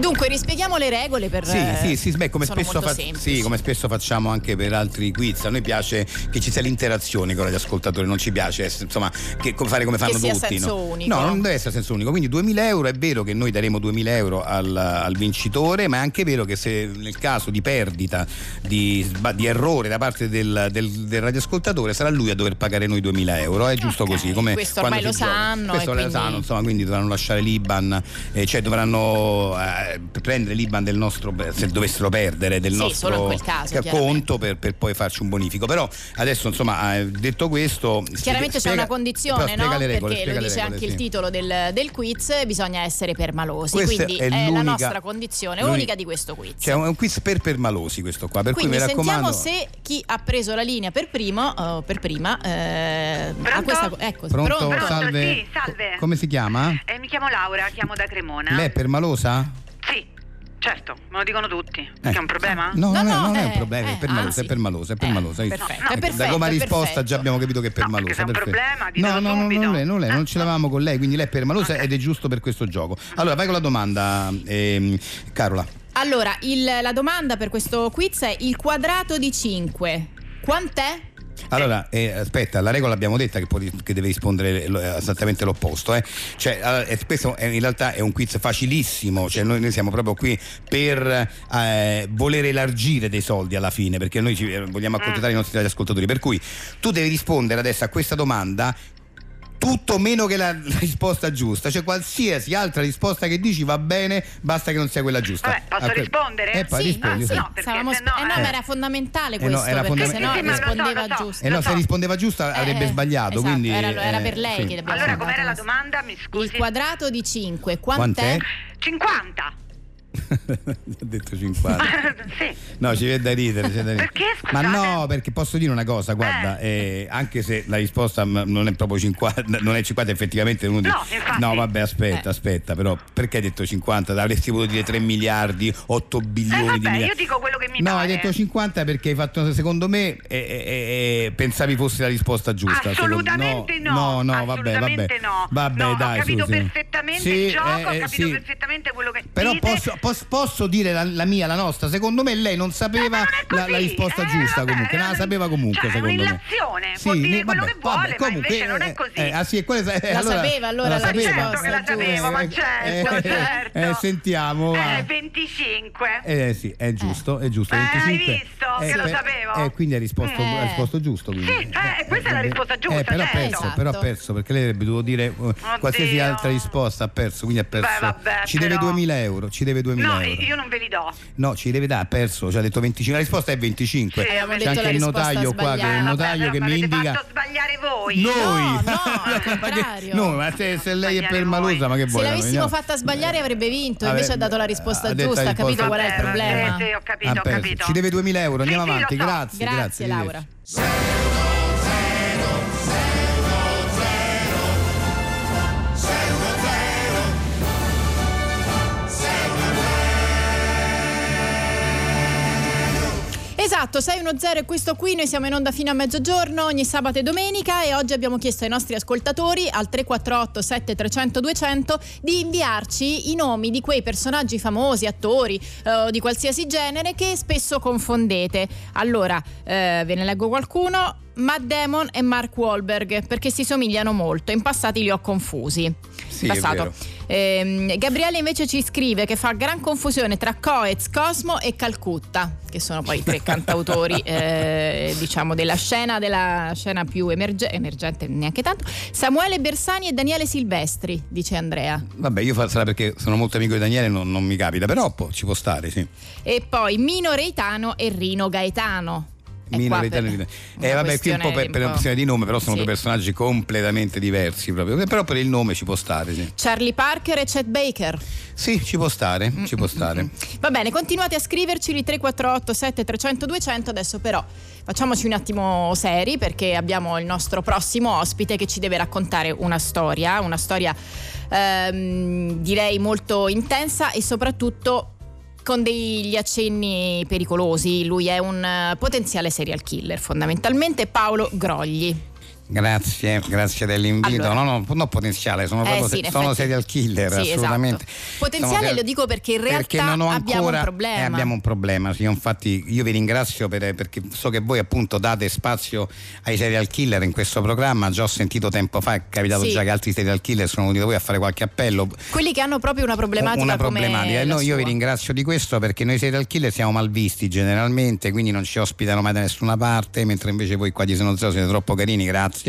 Speaker 2: Dunque, rispieghiamo le regole per
Speaker 3: Sì,
Speaker 2: eh,
Speaker 3: sì, sì, beh, come,
Speaker 2: sono
Speaker 3: spesso
Speaker 2: molto
Speaker 3: fa-
Speaker 2: semplici.
Speaker 3: sì, come spesso facciamo anche per altri quiz, a noi piace che ci sia l'interazione con gli ascoltatori, non ci piace eh, insomma, che, co- fare come fanno
Speaker 2: sia
Speaker 3: tutti.
Speaker 2: senso
Speaker 3: no?
Speaker 2: unico.
Speaker 3: No, non deve essere senso unico, quindi 2000 euro è vero che noi daremo 2000 euro al, al vincitore, ma è anche vero che se nel caso di perdita, di, sba- di errore da parte del, del- del radioascoltatore sarà lui a dover pagare noi 2000 euro, è giusto
Speaker 2: Ok,
Speaker 3: così. Come
Speaker 2: questo
Speaker 3: quando
Speaker 2: ormai
Speaker 3: si
Speaker 2: lo
Speaker 3: gioca.
Speaker 2: sanno e
Speaker 3: Questo lo
Speaker 2: quindi-
Speaker 3: sanno, insomma, quindi dovranno lasciare l'Iban, eh, cioè dovranno eh, prendere l'Iban del nostro, se dovessero perdere, del
Speaker 2: Sì,
Speaker 3: nostro
Speaker 2: solo in quel caso,
Speaker 3: ca-
Speaker 2: chiaramente.
Speaker 3: conto per, per poi farci un bonifico. Però adesso, insomma, eh, detto questo... spiega-
Speaker 2: Chiaramente c'è
Speaker 3: spiega-
Speaker 2: una condizione,
Speaker 3: però
Speaker 2: no?
Speaker 3: spiega le regole,
Speaker 2: Perché lo
Speaker 3: spiega le
Speaker 2: dice
Speaker 3: regole,
Speaker 2: anche il
Speaker 3: sì.
Speaker 2: titolo del, del quiz, bisogna essere permalosi.
Speaker 3: Questa
Speaker 2: quindi
Speaker 3: è
Speaker 2: è, la
Speaker 3: l'unica-
Speaker 2: nostra condizione
Speaker 3: l'unica-
Speaker 2: unica di questo quiz.
Speaker 3: Cioè, è un quiz per permalosi questo qua, per
Speaker 2: quindi
Speaker 3: cui mi
Speaker 2: sentiamo
Speaker 3: raccomando...
Speaker 2: se chi ha preso la linea per primo, eh, per prima, eh, ha
Speaker 5: Pronto?
Speaker 2: questa. Ecco,
Speaker 3: Pronto?
Speaker 5: Pronto,
Speaker 3: salve.
Speaker 5: sì, salve.
Speaker 3: Co- Come si chiama?
Speaker 5: Eh, mi chiamo Laura, chiamo da Cremona.
Speaker 3: Lei è permalosa?
Speaker 5: Sì, certo, me lo dicono tutti.
Speaker 3: Eh.
Speaker 5: Che è un problema?
Speaker 3: No,
Speaker 2: No,
Speaker 3: non,
Speaker 2: no,
Speaker 3: è, non è
Speaker 2: eh,
Speaker 3: un problema,
Speaker 2: eh,
Speaker 3: è permalosa,
Speaker 2: anzi.
Speaker 3: è permalosa, è permalosa.
Speaker 2: Eh,
Speaker 3: Ecco,
Speaker 2: perfetto, è
Speaker 3: da
Speaker 2: perfetto,
Speaker 3: come ha
Speaker 2: è
Speaker 3: risposta
Speaker 2: perfetto.
Speaker 3: già abbiamo capito che è permalosa.
Speaker 5: perché Ah, se è un
Speaker 3: perfetto.
Speaker 5: problema, ditelo
Speaker 3: no, no, no,
Speaker 5: subito. Ah.
Speaker 3: non è, non è, non ce l'avamo con lei, quindi lei è permalosa
Speaker 5: Ok.
Speaker 3: ed è giusto per questo gioco. Allora, vai con la domanda, ehm, Carola.
Speaker 2: Allora, il- la domanda per questo quiz è il quadrato di 5. Quant'è?
Speaker 3: Allora, eh, aspetta, la regola abbiamo detta che, può ri- che deve rispondere lo- eh, esattamente l'opposto. eh. Cioè, allora, eh, questo è- in realtà è un quiz facilissimo, cioè noi, noi siamo proprio qui per eh, voler elargire dei soldi alla fine, perché noi ci, eh, vogliamo accontentare i nostri ascoltatori. Per cui tu devi rispondere adesso a questa domanda. Tutto meno che la, la risposta giusta, cioè qualsiasi altra risposta che dici va bene, basta che non sia quella giusta.
Speaker 5: Vabbè, posso
Speaker 3: Ah, que-
Speaker 5: rispondere?
Speaker 3: Eh, poi
Speaker 5: Sì,
Speaker 3: rispondi,
Speaker 5: ah,
Speaker 3: sì.
Speaker 5: no, perché
Speaker 2: Stavamo
Speaker 5: se
Speaker 2: sp-
Speaker 5: no,
Speaker 2: eh no,
Speaker 5: eh.
Speaker 2: ma era fondamentale
Speaker 3: Eh no,
Speaker 2: questo,
Speaker 3: era
Speaker 2: perché
Speaker 3: fondamentale.
Speaker 2: sennò
Speaker 3: Sì, sì, ma lo so,
Speaker 2: rispondeva
Speaker 5: lo so.
Speaker 2: giusto.
Speaker 3: Eh no,
Speaker 5: Lo
Speaker 3: se
Speaker 5: so.
Speaker 3: rispondeva giusta avrebbe
Speaker 2: Eh,
Speaker 3: sbagliato,
Speaker 2: esatto,
Speaker 3: quindi...
Speaker 2: era, era
Speaker 3: eh,
Speaker 2: per lei
Speaker 3: sì.
Speaker 2: che abbiamo
Speaker 5: Allora,
Speaker 2: fatto
Speaker 5: com'era la
Speaker 2: questa.
Speaker 5: domanda? Mi scusi.
Speaker 2: Il quadrato di 5, quant'è?
Speaker 3: Quant'è?
Speaker 5: 50.
Speaker 3: <laughs> ha detto 50.
Speaker 5: <laughs> sì.
Speaker 3: No, ci viene da ridere. ci viene da ridere.
Speaker 5: Perché,
Speaker 3: Ma
Speaker 5: scusate?
Speaker 3: no, perché posso dire una cosa, guarda, eh, anche se la risposta m- non è proprio 50, <laughs> non è 50 effettivamente uno dice-
Speaker 5: No, infatti.
Speaker 3: No, vabbè, aspetta,
Speaker 2: Eh.
Speaker 3: aspetta, però perché hai detto 50? Avresti potuto dire 3 miliardi, 8 bilioni
Speaker 5: Eh, vabbè,
Speaker 3: di miliardi.
Speaker 5: io dico quello che mi
Speaker 3: No,
Speaker 5: pare.
Speaker 3: hai detto 50 perché hai fatto secondo me eh, eh, eh, pensavi fosse la risposta giusta. secondo-
Speaker 5: Assolutamente no,
Speaker 3: No, no, vabbè, vabbè.
Speaker 5: assolutamente no.
Speaker 3: Vabbè,
Speaker 5: No, ho
Speaker 3: dai,
Speaker 5: capito
Speaker 3: Susi. eh,
Speaker 5: perfettamente il gioco, ho capito perfettamente quello che
Speaker 3: Però
Speaker 5: dite.
Speaker 3: posso, pos- posso dire la, la mia, la nostra. Secondo me lei non sapeva
Speaker 5: Eh, ma non è
Speaker 3: la,
Speaker 5: così.
Speaker 3: la risposta
Speaker 5: Eh,
Speaker 3: giusta
Speaker 5: vabbè,
Speaker 3: comunque, non la
Speaker 5: eh,
Speaker 3: sapeva comunque
Speaker 5: cioè, è
Speaker 3: secondo me.
Speaker 5: un'illazione, può dire
Speaker 3: ne-
Speaker 5: quello che vuole, ma invece non è
Speaker 3: eh,
Speaker 5: così.
Speaker 3: eh, ah sì, è quella, eh,
Speaker 2: La
Speaker 3: allora,
Speaker 2: sapeva allora la
Speaker 5: Certo che la
Speaker 2: giusta.
Speaker 5: sapevo, ma
Speaker 3: Eh,
Speaker 5: certo,
Speaker 3: eh,
Speaker 5: certo.
Speaker 3: eh, sentiamo. va.
Speaker 5: Eh, 25.
Speaker 3: Eh sì, è giusto, è giusto.
Speaker 5: Eh,
Speaker 3: 25.
Speaker 5: hai visto che lo
Speaker 3: per-
Speaker 5: sapevo?
Speaker 3: Eh, quindi ha risposto,
Speaker 2: Eh.
Speaker 3: ha risposto giusto. Quindi.
Speaker 5: Sì, eh, questa è la risposta giusta,
Speaker 3: Eh, però ha
Speaker 5: certo.
Speaker 3: perso, però ha perso, perché lei avrebbe dovuto dire eh, qualsiasi
Speaker 5: Oddio.
Speaker 3: altra risposta, ha perso, quindi ha perso.
Speaker 5: Beh, vabbè,
Speaker 3: ci deve
Speaker 5: però.
Speaker 3: 2000 euro, ci deve 2000
Speaker 5: No,
Speaker 3: euro.
Speaker 5: io non ve li do.
Speaker 3: No, ci deve dare, ha perso, ci ha detto 25, la risposta è 25.
Speaker 5: Sì, avevamo
Speaker 3: C'è
Speaker 5: detto
Speaker 3: anche
Speaker 2: la
Speaker 3: il
Speaker 2: risposta
Speaker 3: notaio qua, che è
Speaker 2: sbagliata.
Speaker 3: il
Speaker 5: Eh, vabbè,
Speaker 3: notaio
Speaker 5: però
Speaker 3: che
Speaker 5: mi
Speaker 3: mi
Speaker 5: avete
Speaker 3: indica...
Speaker 5: fatto sbagliare voi.
Speaker 3: Noi!
Speaker 2: No, no, al
Speaker 3: <laughs> Ma che-
Speaker 2: contrario.
Speaker 3: no, ma se, se lei è
Speaker 5: Sbagliate
Speaker 3: permalosa,
Speaker 5: voi.
Speaker 3: ma che
Speaker 2: Se
Speaker 3: vuole?
Speaker 2: l'avessimo
Speaker 3: Andiamo.
Speaker 2: fatta sbagliare avrebbe vinto,
Speaker 3: Eh,
Speaker 2: invece ha dato la
Speaker 3: eh,
Speaker 2: risposta
Speaker 3: ha detto
Speaker 2: giusta,
Speaker 3: la
Speaker 2: ha capito
Speaker 3: risposta- Eh,
Speaker 2: qual è il
Speaker 5: Vabbè, vabbè,
Speaker 2: problema.
Speaker 5: sì, sì, ho capito,
Speaker 3: Ha
Speaker 5: ho
Speaker 3: perso.
Speaker 5: capito.
Speaker 3: Ci deve 2000 euro, andiamo
Speaker 5: Sì, sì,
Speaker 3: avanti,
Speaker 5: lo so.
Speaker 3: grazie,
Speaker 2: Grazie,
Speaker 3: grazie.
Speaker 2: Laura. Esatto, 610 è questo qui, noi siamo in onda fino a mezzogiorno ogni sabato e domenica e oggi abbiamo chiesto ai nostri ascoltatori al 348 7300 200 di inviarci i nomi di quei personaggi famosi, attori eh, o di qualsiasi genere che spesso confondete. Allora, eh, ve ne leggo qualcuno, Matt Damon e Mark Wahlberg perché si somigliano molto, in passati li ho confusi.
Speaker 3: Sì, è
Speaker 2: passato.
Speaker 3: vero.
Speaker 2: Ehm, Gabriele invece ci scrive che fa gran confusione tra Coez, Cosmo e Calcutta, che sono poi i tre cantautori eh, diciamo della scena, della scena più emerge- emergente, neanche tanto. Samuele Bersani e Daniele Silvestri, dice Andrea.
Speaker 3: Vabbè, io fa- sarà perché sono molto amico di Daniele, non, non mi capita, però po- ci può stare, sì.
Speaker 2: E poi Mino Reitano e Rino Gaetano. È
Speaker 3: Mino
Speaker 2: qua
Speaker 3: Reitano
Speaker 2: per-
Speaker 3: e Rino-
Speaker 2: una
Speaker 3: Eh, vabbè, qui un po' per, per una questione di nome, però sono
Speaker 2: Sì.
Speaker 3: due personaggi completamente diversi proprio. Eh, Però per il nome ci può stare, sì.
Speaker 2: Charlie Parker e Chet Baker.
Speaker 3: Sì, ci può stare,
Speaker 2: Mm,
Speaker 3: ci può stare.
Speaker 2: Va bene, continuate a scriverci li 348 7300 200 adesso però facciamoci un attimo seri perché abbiamo il nostro prossimo ospite che ci deve raccontare una storia, una storia ehm, direi molto intensa e soprattutto con degli accenni pericolosi. Lui è un eh, potenziale serial killer fondamentalmente, Paolo Grogli.
Speaker 3: Grazie, grazie dell'invito.
Speaker 2: Allora.
Speaker 3: No, no, non potenziale, sono,
Speaker 2: Eh,
Speaker 3: proprio
Speaker 2: sì,
Speaker 3: se-
Speaker 2: in
Speaker 3: sono
Speaker 2: effetti.
Speaker 3: serial killer,
Speaker 2: Sì, esatto.
Speaker 3: assolutamente.
Speaker 2: Potenziale
Speaker 3: Sono
Speaker 2: lo dico perché in
Speaker 3: perché
Speaker 2: realtà
Speaker 3: non ho
Speaker 2: abbiamo un
Speaker 3: ancora-
Speaker 2: problema.
Speaker 3: eh, abbiamo un problema, sì, infatti io vi ringrazio per- perché so che voi appunto date spazio ai serial killer in questo programma, già ho sentito tempo fa, è capitato
Speaker 2: Sì.
Speaker 3: già che altri serial killer sono venuti da voi a fare qualche appello,
Speaker 2: Quelli che hanno proprio una problematica
Speaker 3: una
Speaker 2: come
Speaker 3: problematica.
Speaker 2: la
Speaker 3: E noi- io vi
Speaker 2: sua.
Speaker 3: ringrazio di questo perché noi serial killer siamo malvisti generalmente, quindi non ci ospitano mai da nessuna parte, mentre invece voi qua di Seno Zero siete troppo carini, grazie. E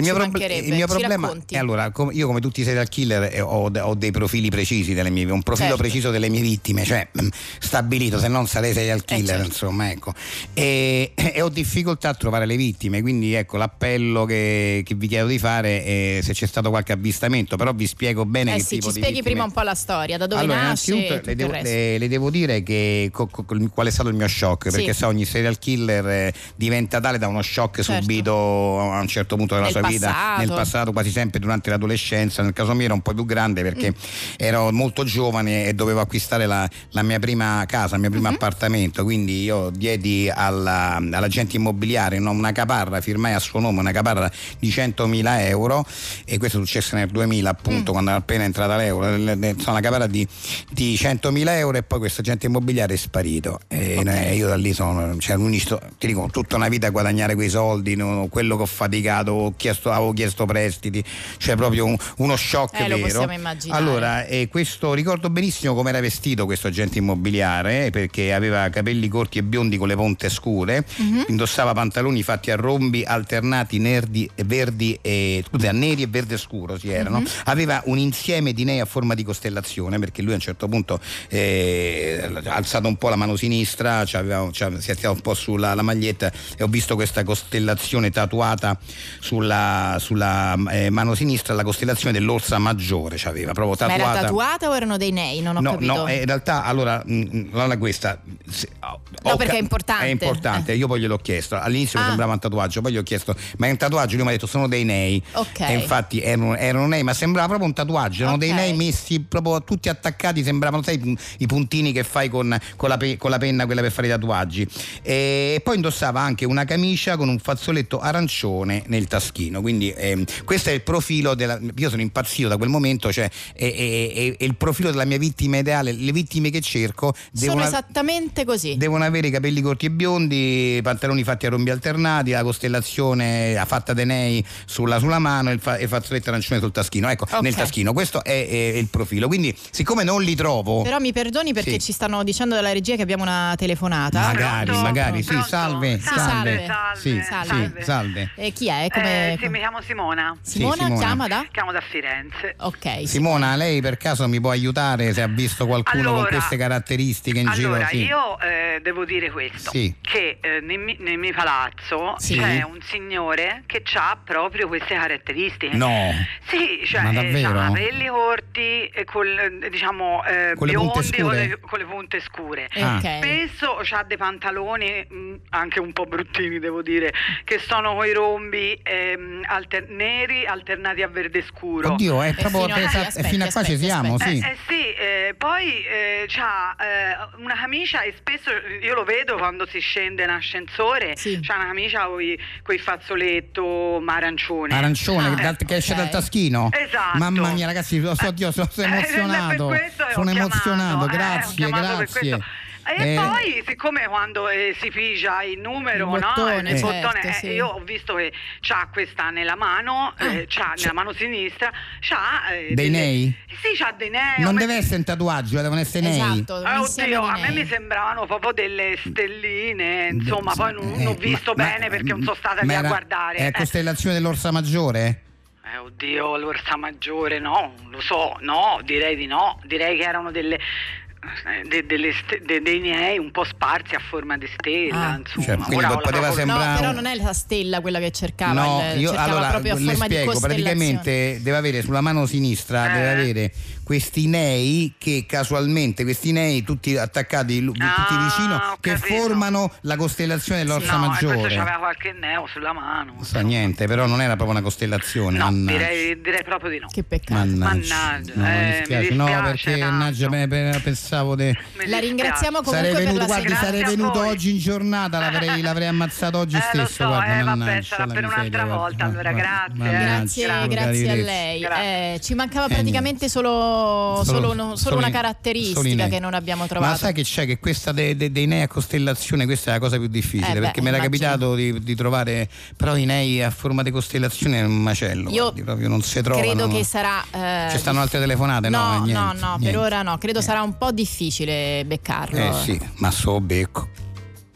Speaker 3: Il
Speaker 2: mancherebbe,
Speaker 3: il mio
Speaker 2: ci
Speaker 3: problema
Speaker 2: racconti.
Speaker 3: è allora, com- io come tutti i serial killer eh, ho, ho dei profili precisi delle mie un profilo
Speaker 2: Certo.
Speaker 3: preciso delle mie vittime, cioè mm, stabilito, se non sarei serial killer,
Speaker 2: certo.
Speaker 3: insomma, ecco. E, e ho difficoltà a trovare le vittime, quindi ecco l'appello che, che vi chiedo di fare è se c'è stato qualche avvistamento, però vi spiego bene
Speaker 2: Eh
Speaker 3: che
Speaker 2: sì,
Speaker 3: tipo
Speaker 2: ci
Speaker 3: di
Speaker 2: spieghi
Speaker 3: vittime-
Speaker 2: prima un po' la storia, da dove
Speaker 3: allora,
Speaker 2: nasce e
Speaker 3: innanzitutto
Speaker 2: tutto
Speaker 3: le
Speaker 2: il
Speaker 3: devo, eh,
Speaker 2: resto.
Speaker 3: le- le devo dire che co- co- col- qual è stato il mio shock,
Speaker 2: Sì.
Speaker 3: perché sa ogni serial killer eh, diventa tale da uno shock
Speaker 2: Certo.
Speaker 3: subito a un certo punto della
Speaker 2: Nel
Speaker 3: sua vita,
Speaker 2: passato.
Speaker 3: nel passato, quasi sempre durante l'adolescenza, nel caso mio era un po' più grande perché
Speaker 2: Mm.
Speaker 3: ero molto giovane e dovevo acquistare la, la mia prima casa, il mio
Speaker 2: Mhm.
Speaker 3: primo appartamento, quindi io diedi alla- all'agente immobiliare no, una caparra, firmai a suo nome una caparra di 100.000 euro e questo è successo nel 2000 appunto
Speaker 2: Mm.
Speaker 3: quando era appena entrata l'euro, l- l- insomma una caparra di, di 100.000 euro e poi questo agente immobiliare è sparito e eh, io da lì sono, cioè, un isto- ti dico tutta una vita a guadagnare quei soldi, no, quello che ho faticato, ho chiesto, avevo chiesto prestiti, cioè proprio un- uno shock
Speaker 2: Eh, lo
Speaker 3: vero.
Speaker 2: possiamo immaginare.
Speaker 3: Allora, e questo ricordo benissimo come era vestito questo agente immobiliare eh, perché aveva capelli corti e biondi con le ponte scure indossava pantaloni fatti a rombi alternati nerdi, verdi e scusa, neri e verde scuro si erano aveva un insieme di nei a forma di costellazione perché lui a un certo punto eh, ha alzato un po' la mano sinistra ci aveva- ci aveva- si è alzato un po' sulla la maglietta e ho visto questa costellazione tatuata sulla, sulla, eh, mano sinistra la costellazione dell'orsa maggiore c'aveva proprio
Speaker 2: Ma
Speaker 3: tatuata
Speaker 2: era tatuata o erano dei nei? Non ho
Speaker 3: no,
Speaker 2: capito.
Speaker 3: no, eh, in realtà allora mh, non è questa. se- ho-
Speaker 2: No,
Speaker 3: ho
Speaker 2: perché
Speaker 3: ca-
Speaker 2: è importante.
Speaker 3: È importante, io poi gliel'ho chiesto. All'inizio
Speaker 2: Ah.
Speaker 3: mi sembrava un tatuaggio, poi gli ho chiesto, ma è un tatuaggio? Lui mi ha detto sono dei nei.
Speaker 2: Ok.
Speaker 3: E infatti erano, erano nei, ma sembrava proprio un tatuaggio, erano dei
Speaker 2: Ok.
Speaker 3: nei messi proprio tutti attaccati, sembravano sai, i pun- i puntini che fai con, con la, pe- con la penna, quella per fare i tatuaggi. E poi indossava anche una camicia con un fazzoletto arancione nel taschino. Quindi ehm, questo è il profilo della. Io sono impazzito da quel momento, cioè è, è- è- è il profilo della mia vittima ideale. Le vittime che cerco
Speaker 2: Sono
Speaker 3: devono.
Speaker 2: esattamente così.
Speaker 3: Devono avere i capelli corti e biondi, i pantaloni fatti a rombi alternati, la costellazione a fatta dei nei sulla, sulla mano e il, fa- e il fazzoletto arancione sul taschino. Ecco,
Speaker 2: Ok.
Speaker 3: nel taschino. Questo è, è il profilo. Quindi, siccome non li trovo.
Speaker 2: Però mi perdoni perché
Speaker 3: Sì.
Speaker 2: ci stanno dicendo dalla regia che abbiamo una telefonata.
Speaker 3: Magari,
Speaker 5: Pronto?
Speaker 3: magari, sì,
Speaker 5: Pronto?
Speaker 3: salve,
Speaker 5: Sì,
Speaker 3: salve,
Speaker 5: salve,
Speaker 3: sì,
Speaker 5: salve.
Speaker 3: sì, salve.
Speaker 2: E chi è? Come...
Speaker 5: Eh, sì, mi chiamo Simona.
Speaker 2: Simona,
Speaker 3: Sì, Simona.
Speaker 2: chiama da?
Speaker 5: Chiamo da Firenze.
Speaker 2: Ok.
Speaker 3: Simona, lei per caso mi può aiutare se ha visto qualcuno con
Speaker 5: Allora-
Speaker 3: queste caratteristiche in
Speaker 5: allora,
Speaker 3: giro? Sì.
Speaker 5: io eh, devo dire questo:
Speaker 3: Sì.
Speaker 5: che eh, nel, mi- nel mio palazzo
Speaker 3: Sì.
Speaker 5: c'è un signore che ha proprio queste caratteristiche.
Speaker 3: No.
Speaker 5: Sì, cioè
Speaker 3: Ma
Speaker 5: eh,
Speaker 3: davvero?
Speaker 5: ha capelli corti, e col, eh, diciamo eh,
Speaker 3: Con le punte
Speaker 5: biondi con
Speaker 3: scure?
Speaker 5: le, con le punte scure.
Speaker 2: Eh,
Speaker 3: Ah.
Speaker 2: ok.
Speaker 5: Spesso ha dei pantaloni mh, anche un po' bruttini, devo dire, che sono coi rombi ehm, alter- neri alternati a verde scuro.
Speaker 3: Oddio, è proprio
Speaker 2: fino a-
Speaker 3: esatto,
Speaker 2: aspetta,
Speaker 3: e fino a qua ci
Speaker 2: aspetta,
Speaker 3: siamo,
Speaker 2: aspetta.
Speaker 5: Eh,
Speaker 3: sì.
Speaker 5: eh sì, eh, poi eh, c'ha eh, una camicia e spesso io lo vedo quando si scende in ascensore,
Speaker 2: Sì.
Speaker 5: c'ha una camicia con il fazzoletto ma arancione.
Speaker 3: Arancione
Speaker 5: Ah,
Speaker 3: che, dal- che esce
Speaker 2: ok.
Speaker 3: dal taschino.
Speaker 5: Esatto.
Speaker 3: Mamma mia, ragazzi, so- so- Dio, sono, sono
Speaker 5: <laughs> Eh,
Speaker 3: emozionato.
Speaker 5: per questo ho
Speaker 3: sono
Speaker 5: chiamato,
Speaker 3: emozionato,
Speaker 5: eh, ho
Speaker 3: grazie,
Speaker 5: chiamato per
Speaker 3: grazie.
Speaker 5: questo. E
Speaker 3: Eh,
Speaker 5: poi, siccome quando eh, si pigia il numero,
Speaker 2: Il bottone,
Speaker 5: no? Eh, il
Speaker 2: certo,
Speaker 5: bottone, eh,
Speaker 2: sì.
Speaker 5: io ho visto che c'ha questa nella mano, eh, c'ha nella mano sinistra, c'ha eh,
Speaker 3: Ah, Dei
Speaker 5: delle-
Speaker 3: nei?
Speaker 5: Sì, c'ha dei nei. eh, ho
Speaker 3: non
Speaker 5: messo-
Speaker 3: deve essere un tatuaggio, eh, devono essere nei.
Speaker 2: Esatto, un
Speaker 5: Ah,
Speaker 2: insieme
Speaker 5: oddio,
Speaker 2: di
Speaker 5: a me
Speaker 2: nei.
Speaker 5: mi sembravano proprio delle stelline, insomma, poi non, non
Speaker 3: Eh,
Speaker 5: ho visto
Speaker 3: ma-
Speaker 5: bene
Speaker 3: ma- mm,
Speaker 5: perché non sono stata
Speaker 3: ma
Speaker 5: lì a
Speaker 3: era-
Speaker 5: guardare.
Speaker 3: È
Speaker 5: Eh.
Speaker 3: costellazione dell'Orsa Maggiore?
Speaker 5: Eh, oddio, l'orsa maggiore, no, lo so, no, direi di no, direi che erano delle, eh, de- delle ste- de- dei miei un po' sparsi a forma di stella,
Speaker 2: Ah.
Speaker 5: insomma.
Speaker 3: Cioè, quindi
Speaker 5: Ora ho
Speaker 3: poteva
Speaker 5: la facoltà-
Speaker 3: sembra-
Speaker 2: No,
Speaker 3: sembrava-
Speaker 2: però non è la stella quella che cercava, il-
Speaker 3: io-
Speaker 2: cercava
Speaker 3: allora,
Speaker 2: proprio a
Speaker 3: le
Speaker 2: forma
Speaker 3: spiego,
Speaker 2: di costellazione.
Speaker 3: praticamente deve avere sulla mano sinistra
Speaker 5: Eh.
Speaker 3: deve avere questi nei che casualmente questi nei tutti attaccati lu-
Speaker 5: Ah,
Speaker 3: tutti vicino
Speaker 5: ho
Speaker 3: che
Speaker 5: capito.
Speaker 3: formano la costellazione dell'Orsa
Speaker 5: no, e
Speaker 3: Maggiore.
Speaker 5: eh, questo c'aveva qualche neo sulla mano.
Speaker 3: Non so
Speaker 5: insomma.
Speaker 3: niente, però non era proprio una costellazione.
Speaker 5: No,
Speaker 3: mannaggia.
Speaker 5: direi, direi proprio di no.
Speaker 2: Che peccato.
Speaker 3: Mannaggia,
Speaker 5: Mannaggia,
Speaker 3: no,
Speaker 5: eh,
Speaker 3: mi
Speaker 5: mi
Speaker 3: dispiace,
Speaker 5: dispiace
Speaker 3: no, perché
Speaker 5: tanto.
Speaker 3: mannaggia, me- me- pensavo di...
Speaker 5: Mi
Speaker 2: La
Speaker 5: dispiace.
Speaker 2: ringraziamo comunque
Speaker 3: Sarei
Speaker 2: per
Speaker 3: venuto,
Speaker 2: la
Speaker 3: guardi,
Speaker 2: sigla.
Speaker 5: Grazie
Speaker 3: sarei
Speaker 5: a
Speaker 3: venuto
Speaker 5: voi.
Speaker 3: oggi in giornata,
Speaker 5: <laughs>
Speaker 3: l'avrei, l'avrei ammazzato oggi
Speaker 5: Eh,
Speaker 3: stevabbè,
Speaker 5: lo so, eh, vabbè, sarà per un'altra volta, allora, grazie, eh.
Speaker 2: Grazie,
Speaker 5: Grazie.
Speaker 2: grazie a lei.
Speaker 5: Grazie.
Speaker 2: Eh, ci mancava
Speaker 3: Eh,
Speaker 2: praticamente solo,
Speaker 3: Solo-
Speaker 2: solo uno- solo
Speaker 3: solo
Speaker 2: una
Speaker 3: in- solo in
Speaker 2: caratteristica
Speaker 3: lei.
Speaker 2: che non abbiamo
Speaker 3: Ma
Speaker 2: trovato.
Speaker 3: sai che c'è? Che questa de- de- dei nei a costellazione, questa è la cosa più difficile,
Speaker 2: Eh, beh,
Speaker 3: perché mi era
Speaker 2: immagino.
Speaker 3: capitato di, di trovare, però i nei a forma di costellazione è un macello,
Speaker 2: Io
Speaker 3: guardi, proprio non si trovano.
Speaker 2: Credo
Speaker 3: non-
Speaker 2: che sarà. eh,
Speaker 3: Ci stanno altre telefonate? No,
Speaker 2: No,
Speaker 3: eh, niente,
Speaker 2: no, no, per
Speaker 3: niente.
Speaker 2: ora no. Credo
Speaker 3: Niente.
Speaker 2: sarà un po' difficile beccarlo.
Speaker 3: Eh sì, ma so becco.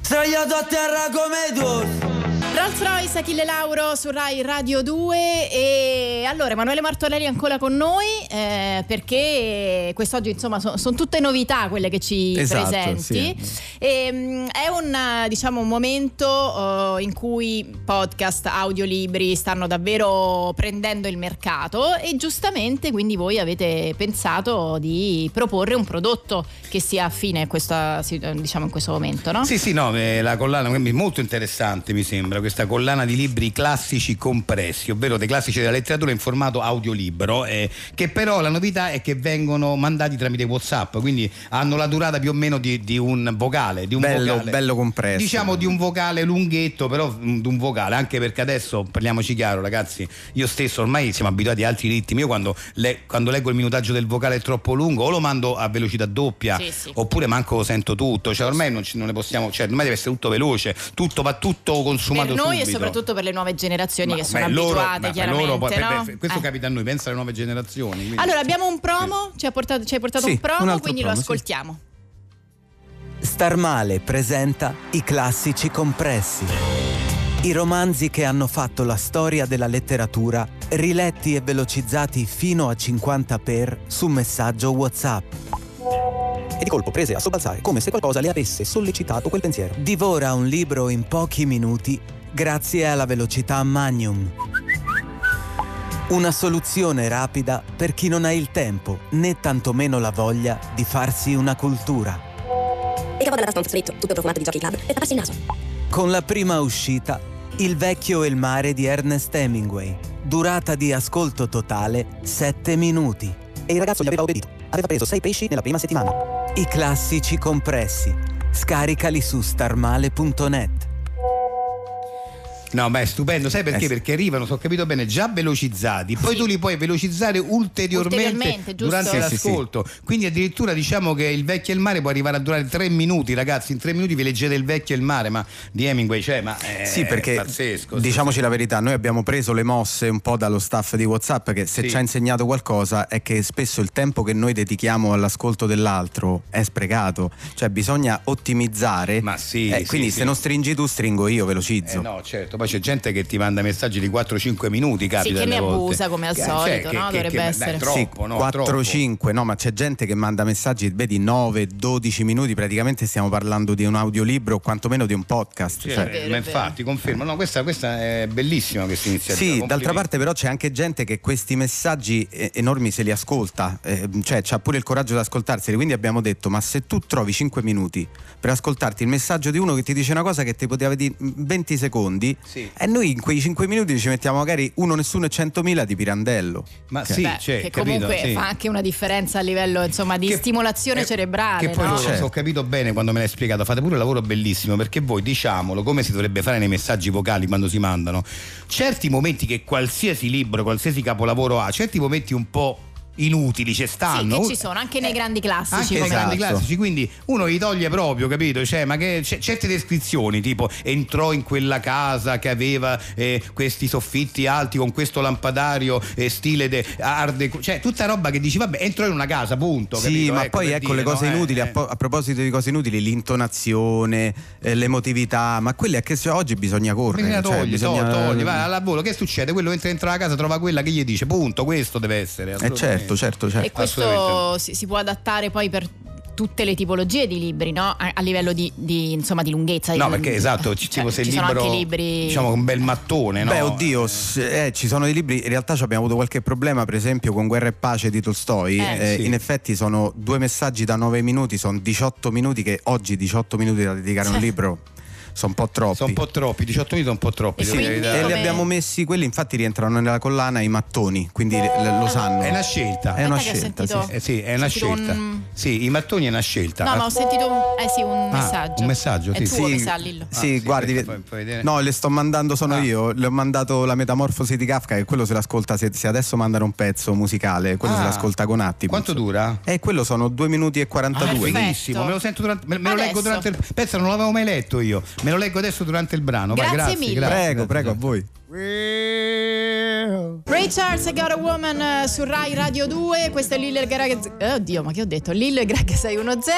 Speaker 10: Sdraiato a terra come due
Speaker 2: Rolls Royce, Achille Lauro su Rai Radio 2 e allora Emanuele Martorelli è ancora con noi eh, perché quest'oggi insomma sono tutte novità quelle che ci
Speaker 10: Esatto,
Speaker 2: presenti e, mm, è un eh, diciamo un momento eh, in cui podcast, audiolibri stanno davvero prendendo il mercato e giustamente quindi voi avete pensato di proporre un prodotto che sia affine a questa, si- diciamo in questo momento no?
Speaker 3: Sì, sì, no, eh, la collana quindi molto interessante mi sembra, questa collana di libri classici compressi, ovvero dei classici della letteratura in formato audiolibro, eh, che però la novità è che vengono mandati tramite Whatsapp, quindi hanno la durata più o meno di, di un vocale, di un
Speaker 10: Bello,
Speaker 3: vocale.
Speaker 10: bello compresso.
Speaker 3: Diciamo di un vocale lunghetto, però mm, di un vocale, anche perché adesso parliamoci chiaro, ragazzi. Io stesso ormai siamo abituati a altri ritmi. Io quando, le- quando leggo il minutaggio del vocale troppo lungo, o lo mando a velocità doppia,
Speaker 2: Sì, sì.
Speaker 3: oppure manco lo sento tutto. Cioè, ormai non, ci- non ne possiamo, cioè, ormai deve essere tutto veloce, tutto va tutto
Speaker 2: per
Speaker 3: consumato
Speaker 2: noi e
Speaker 3: subito.
Speaker 2: soprattutto per le nuove generazioni
Speaker 3: Ma-
Speaker 2: che sono
Speaker 3: beh, loro-
Speaker 2: abituate
Speaker 3: ma- ma
Speaker 2: chiaramente
Speaker 3: loro poi-
Speaker 2: no?
Speaker 3: per- per- questo
Speaker 2: Eh.
Speaker 3: capita a noi, pensa alle nuove generazioni. quindi-
Speaker 2: allora abbiamo un promo ci ha portato, ci hai portato
Speaker 10: Sì,
Speaker 2: un
Speaker 10: un
Speaker 2: promo
Speaker 10: altro
Speaker 2: quindi lo
Speaker 10: promo, sì.
Speaker 2: ascoltiamo
Speaker 8: Star Male presenta i classici compressi. I romanzi che hanno fatto la storia della letteratura, riletti e velocizzati fino a 50 per su messaggio WhatsApp.
Speaker 11: e di colpo prese a sobbalzare come se qualcosa le avesse sollecitato quel pensiero.
Speaker 8: Divora un libro in pochi minuti grazie alla velocità Magnum. Una soluzione rapida per chi non ha il tempo né tantomeno la voglia di farsi una cultura.
Speaker 12: Il capo della tasta fritto, tutto profumato di giochi club, e tapparsi il naso.
Speaker 8: Con la prima uscita, Il vecchio e il mare di Ernest Hemingway, durata di ascolto totale 7 minuti.
Speaker 11: E il ragazzo gli aveva obbedito. Aveva preso sei pesci nella prima settimana.
Speaker 8: I classici compressi. Scaricali su starmale.net.
Speaker 3: No, beh, stupendo, sai perché?
Speaker 10: Eh sì.
Speaker 3: Perché arrivano, se ho capito bene, già velocizzati, poi tu li puoi velocizzare ulteriormente,
Speaker 2: Ulteriormente, giusto?
Speaker 3: durante
Speaker 2: Sì,
Speaker 3: l'ascolto. Quindi addirittura diciamo che il vecchio e il mare può arrivare a durare tre minuti, ragazzi. In tre minuti vi leggete il vecchio e il mare, ma di Hemingway c'è, ma è
Speaker 10: Sì, perché
Speaker 3: Eh, pazzesco.
Speaker 2: diciamo
Speaker 10: diciamoci la verità, noi abbiamo preso le mosse un po' dallo staff di WhatsApp che se
Speaker 3: Sì.
Speaker 10: ci ha insegnato qualcosa è che spesso il tempo che noi dedichiamo all'ascolto dell'altro è sprecato, cioè bisogna ottimizzare.
Speaker 3: Ma sì,
Speaker 10: Eh,
Speaker 3: sì,
Speaker 10: quindi
Speaker 3: sì.
Speaker 10: se non stringi tu stringo io,
Speaker 3: Eh,
Speaker 10: velocizzo.
Speaker 3: no, certo, poi c'è gente che ti manda messaggi di 4-5 minuti, capita
Speaker 2: che ne
Speaker 3: alle volte. Eh, cioè,
Speaker 2: abusa, come al
Speaker 3: Che-
Speaker 2: solito, no? Dovrebbe
Speaker 3: dai,
Speaker 2: essere.
Speaker 3: troppo,
Speaker 10: sì,
Speaker 3: no?
Speaker 10: 4,
Speaker 3: Troppo.
Speaker 10: 5, no, ma c'è gente che manda messaggi, vedi, 9, 12 minuti, praticamente stiamo parlando di un audiolibro o quantomeno di un podcast.
Speaker 3: Sì,
Speaker 10: cioè.
Speaker 2: è vero,
Speaker 3: ma
Speaker 2: è
Speaker 3: infatti, confermo. No, questa, questa è bellissima questa iniziativa.
Speaker 10: Sì, d'altra
Speaker 3: complimenti.
Speaker 10: parte però c'è anche gente che questi messaggi eh, enormi se li ascolta, eh, cioè ha pure il coraggio di ascoltarseli, quindi abbiamo detto ma se tu trovi 5 minuti per ascoltarti il messaggio di uno che ti dice una cosa che ti poteva dire in 20 secondi,
Speaker 3: Sì.
Speaker 10: e noi in quei 5 minuti ci mettiamo magari uno nessuno e 100.000 di Pirandello. Cioè,
Speaker 3: Ma sì,
Speaker 2: Beh,
Speaker 3: c'è,
Speaker 2: che
Speaker 3: capito?
Speaker 2: comunque
Speaker 3: Sì.
Speaker 2: fa anche una differenza a livello insomma di
Speaker 3: Che-
Speaker 2: stimolazione
Speaker 3: eh,
Speaker 2: cerebrale
Speaker 3: Che poi
Speaker 2: no?
Speaker 3: loro, se ho
Speaker 10: Certo.
Speaker 3: capito bene quando me l'hai spiegato, fate pure un lavoro bellissimo perché voi diciamolo come si dovrebbe fare nei messaggi vocali quando si mandano. Certi momenti che qualsiasi libro, qualsiasi capolavoro ha, certi momenti un po' inutili ci
Speaker 2: sì,
Speaker 3: stanno. eh,
Speaker 2: che ci sono anche nei grandi classici
Speaker 3: Anche nei
Speaker 2: come-
Speaker 3: grandi
Speaker 10: Esatto.
Speaker 3: classici, quindi uno li toglie proprio, capito? Cioè, ma che c'è- certe descrizioni, tipo entrò in quella casa che aveva eh, questi soffitti alti con questo lampadario eh, stile de art Deco", cioè tutta roba che dici, vabbè, entrò in una casa, punto.
Speaker 10: sì,
Speaker 3: capito?
Speaker 10: ma
Speaker 3: Ecco,
Speaker 10: poi
Speaker 3: per
Speaker 10: ecco
Speaker 3: dire,
Speaker 10: le cose
Speaker 3: no? Eh,
Speaker 10: inutili, a,
Speaker 3: eh.
Speaker 10: po- a proposito di cose inutili, l'intonazione, eh, l'emotività, ma quelle a che se- oggi bisogna correre.
Speaker 3: Bisogna
Speaker 10: cioè,
Speaker 3: togli,
Speaker 10: bisogna-
Speaker 3: to- togli, vai alla volo. Che succede? Quello entra dentro la casa, trova quella che gli dice, punto, questo deve essere.
Speaker 10: Eh, certo,
Speaker 3: assolutamente.
Speaker 10: certo, certo.
Speaker 2: e questo
Speaker 3: assolutamente.
Speaker 2: si, si può adattare poi per tutte le tipologie di libri no? a, a livello di, di, insomma di lunghezza
Speaker 3: No,
Speaker 2: di-
Speaker 3: perché esatto, ci,
Speaker 2: cioè,
Speaker 3: tipo, se il
Speaker 2: ci sono
Speaker 3: libro,
Speaker 2: anche libri
Speaker 3: diciamo un bel mattone, no?
Speaker 10: Beh, oddio, s- eh, ci sono dei libri. In realtà ci abbiamo avuto qualche problema, per esempio, con Guerra e Pace di Tolstoi.
Speaker 2: Eh,
Speaker 10: Eh,
Speaker 3: sì.
Speaker 10: In effetti sono due messaggi da 9 minuti, sono 18 minuti che oggi 18 minuti da dedicare a un libro. Sono un po' troppi.
Speaker 3: Sono un po' troppi, 18 minuti sono un po' troppi.
Speaker 10: E,
Speaker 3: devo dire la verità.
Speaker 10: li abbiamo messi, quelli infatti rientrano nella collana i mattoni, quindi le- lo sanno.
Speaker 3: È una scelta.
Speaker 10: È una scelta, sì.
Speaker 3: Eh sì, è una
Speaker 2: sentito
Speaker 3: scelta.
Speaker 2: un-
Speaker 3: Sì, i mattoni è una scelta.
Speaker 2: No, ma ho sentito un, eh sì, un
Speaker 3: Ah,
Speaker 2: messaggio.
Speaker 3: un messaggio,
Speaker 2: È
Speaker 3: sì.
Speaker 2: tuo,
Speaker 3: Ah, Sì.
Speaker 2: mi sa, Lillo.
Speaker 10: Sì, guardi, no, le sto mandando, sono
Speaker 3: Ah.
Speaker 10: io. Le ho mandato la metamorfosi di Kafka, che quello se l'ascolta. Se, se adesso mandano un pezzo musicale, quello
Speaker 3: Ah.
Speaker 10: se l'ascolta con attimo.
Speaker 3: Quanto dura?
Speaker 10: Eh, quello sono 2 minuti e
Speaker 3: Ah,
Speaker 10: 42.
Speaker 3: benissimo, me lo sento durante, me, me lo leggo durante il pensa non l'avevo mai letto io, me lo leggo adesso durante il brano. Vai,
Speaker 2: Grazie
Speaker 3: grazie Eh,
Speaker 2: mille.
Speaker 10: Prego, prego, a voi.
Speaker 2: Ray Charles e Got a Woman eh, su Rai Radio 2, questo è Lillo e Greg. eh, oddio, ma che ho detto? Lillo e Greg 610.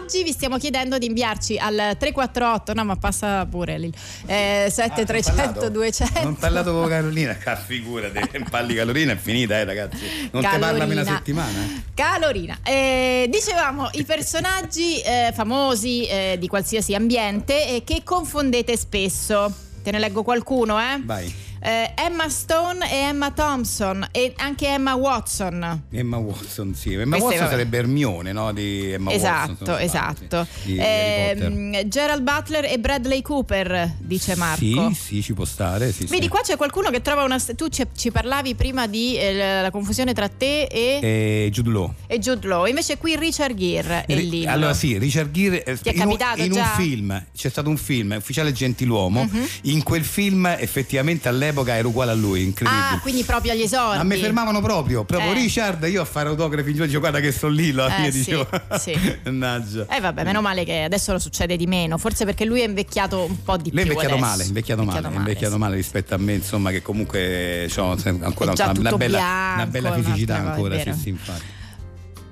Speaker 2: Oggi vi stiamo chiedendo di inviarci al 348, no, ma passa pure Lillo. Eh, 7300 200.
Speaker 3: Ah, Non parlato con Carolina, <laughs> ca- figurate, parli Carolina è finita, eh ragazzi. Non te parla per una
Speaker 2: Carolina.
Speaker 3: settimana. eh.
Speaker 2: Calorina, eh, dicevamo i personaggi eh, famosi eh, di qualsiasi ambiente eh, che confondete spesso. Te ne leggo qualcuno, eh?
Speaker 3: Vai.
Speaker 2: Eh, Emma Stone e Emma Thompson e anche Emma Watson.
Speaker 3: Emma Watson, sì. Emma
Speaker 2: Queste,
Speaker 3: Watson
Speaker 2: vabbè.
Speaker 3: sarebbe Ermione, no? Di Emma Watson. se
Speaker 2: esatto,
Speaker 3: non sbaglio,
Speaker 2: esatto.
Speaker 3: sì, di Harry Potter.
Speaker 2: Ehm, Gerald Butler e Bradley Cooper, dice Marco.
Speaker 3: Sì, sì, ci può stare. Sì,
Speaker 2: Vedi,
Speaker 3: sì.
Speaker 2: qua c'è qualcuno che trova una. Tu ci, ci parlavi prima di eh, la, la confusione tra te e,
Speaker 3: E Eh, Jude Law.
Speaker 2: e Jude Law. Invece qui Richard Gere è
Speaker 3: Ri-
Speaker 2: lì.
Speaker 3: Allora sì, Richard Gere eh,
Speaker 2: Ti è
Speaker 3: in, un,
Speaker 2: capitato
Speaker 3: in un
Speaker 2: già? Mhm.
Speaker 3: film, c'è stato un film, Ufficiale Gentiluomo, in quel film effettivamente all'epoca era uguale a lui, incredibile.
Speaker 2: Ah, quindi proprio agli esordi.
Speaker 3: Ma mi fermavano proprio, proprio
Speaker 2: Eh.
Speaker 3: Richard, io a fare autografi, io dicevo guarda che sto lì, alla
Speaker 2: Eh,
Speaker 3: fine
Speaker 2: sì,
Speaker 3: dicevo.
Speaker 2: sì.
Speaker 3: <laughs> Mannaggia.
Speaker 2: Eh vabbè, meno male che adesso lo succede di meno, forse perché lui è invecchiato un po' di
Speaker 3: Lei è
Speaker 2: più.
Speaker 3: invecchiato
Speaker 2: adesso.
Speaker 3: male, invecchiato male,
Speaker 2: Invecchiato
Speaker 3: è invecchiato male rispetto a me, insomma, che comunque ho ancora
Speaker 2: È già
Speaker 3: una, una
Speaker 2: tutto
Speaker 3: bella, una
Speaker 2: bianco,
Speaker 3: bella
Speaker 2: è un'altra
Speaker 3: fisicità
Speaker 2: cosa, è
Speaker 3: ancora, sì,
Speaker 2: vero.
Speaker 3: sì, infatti.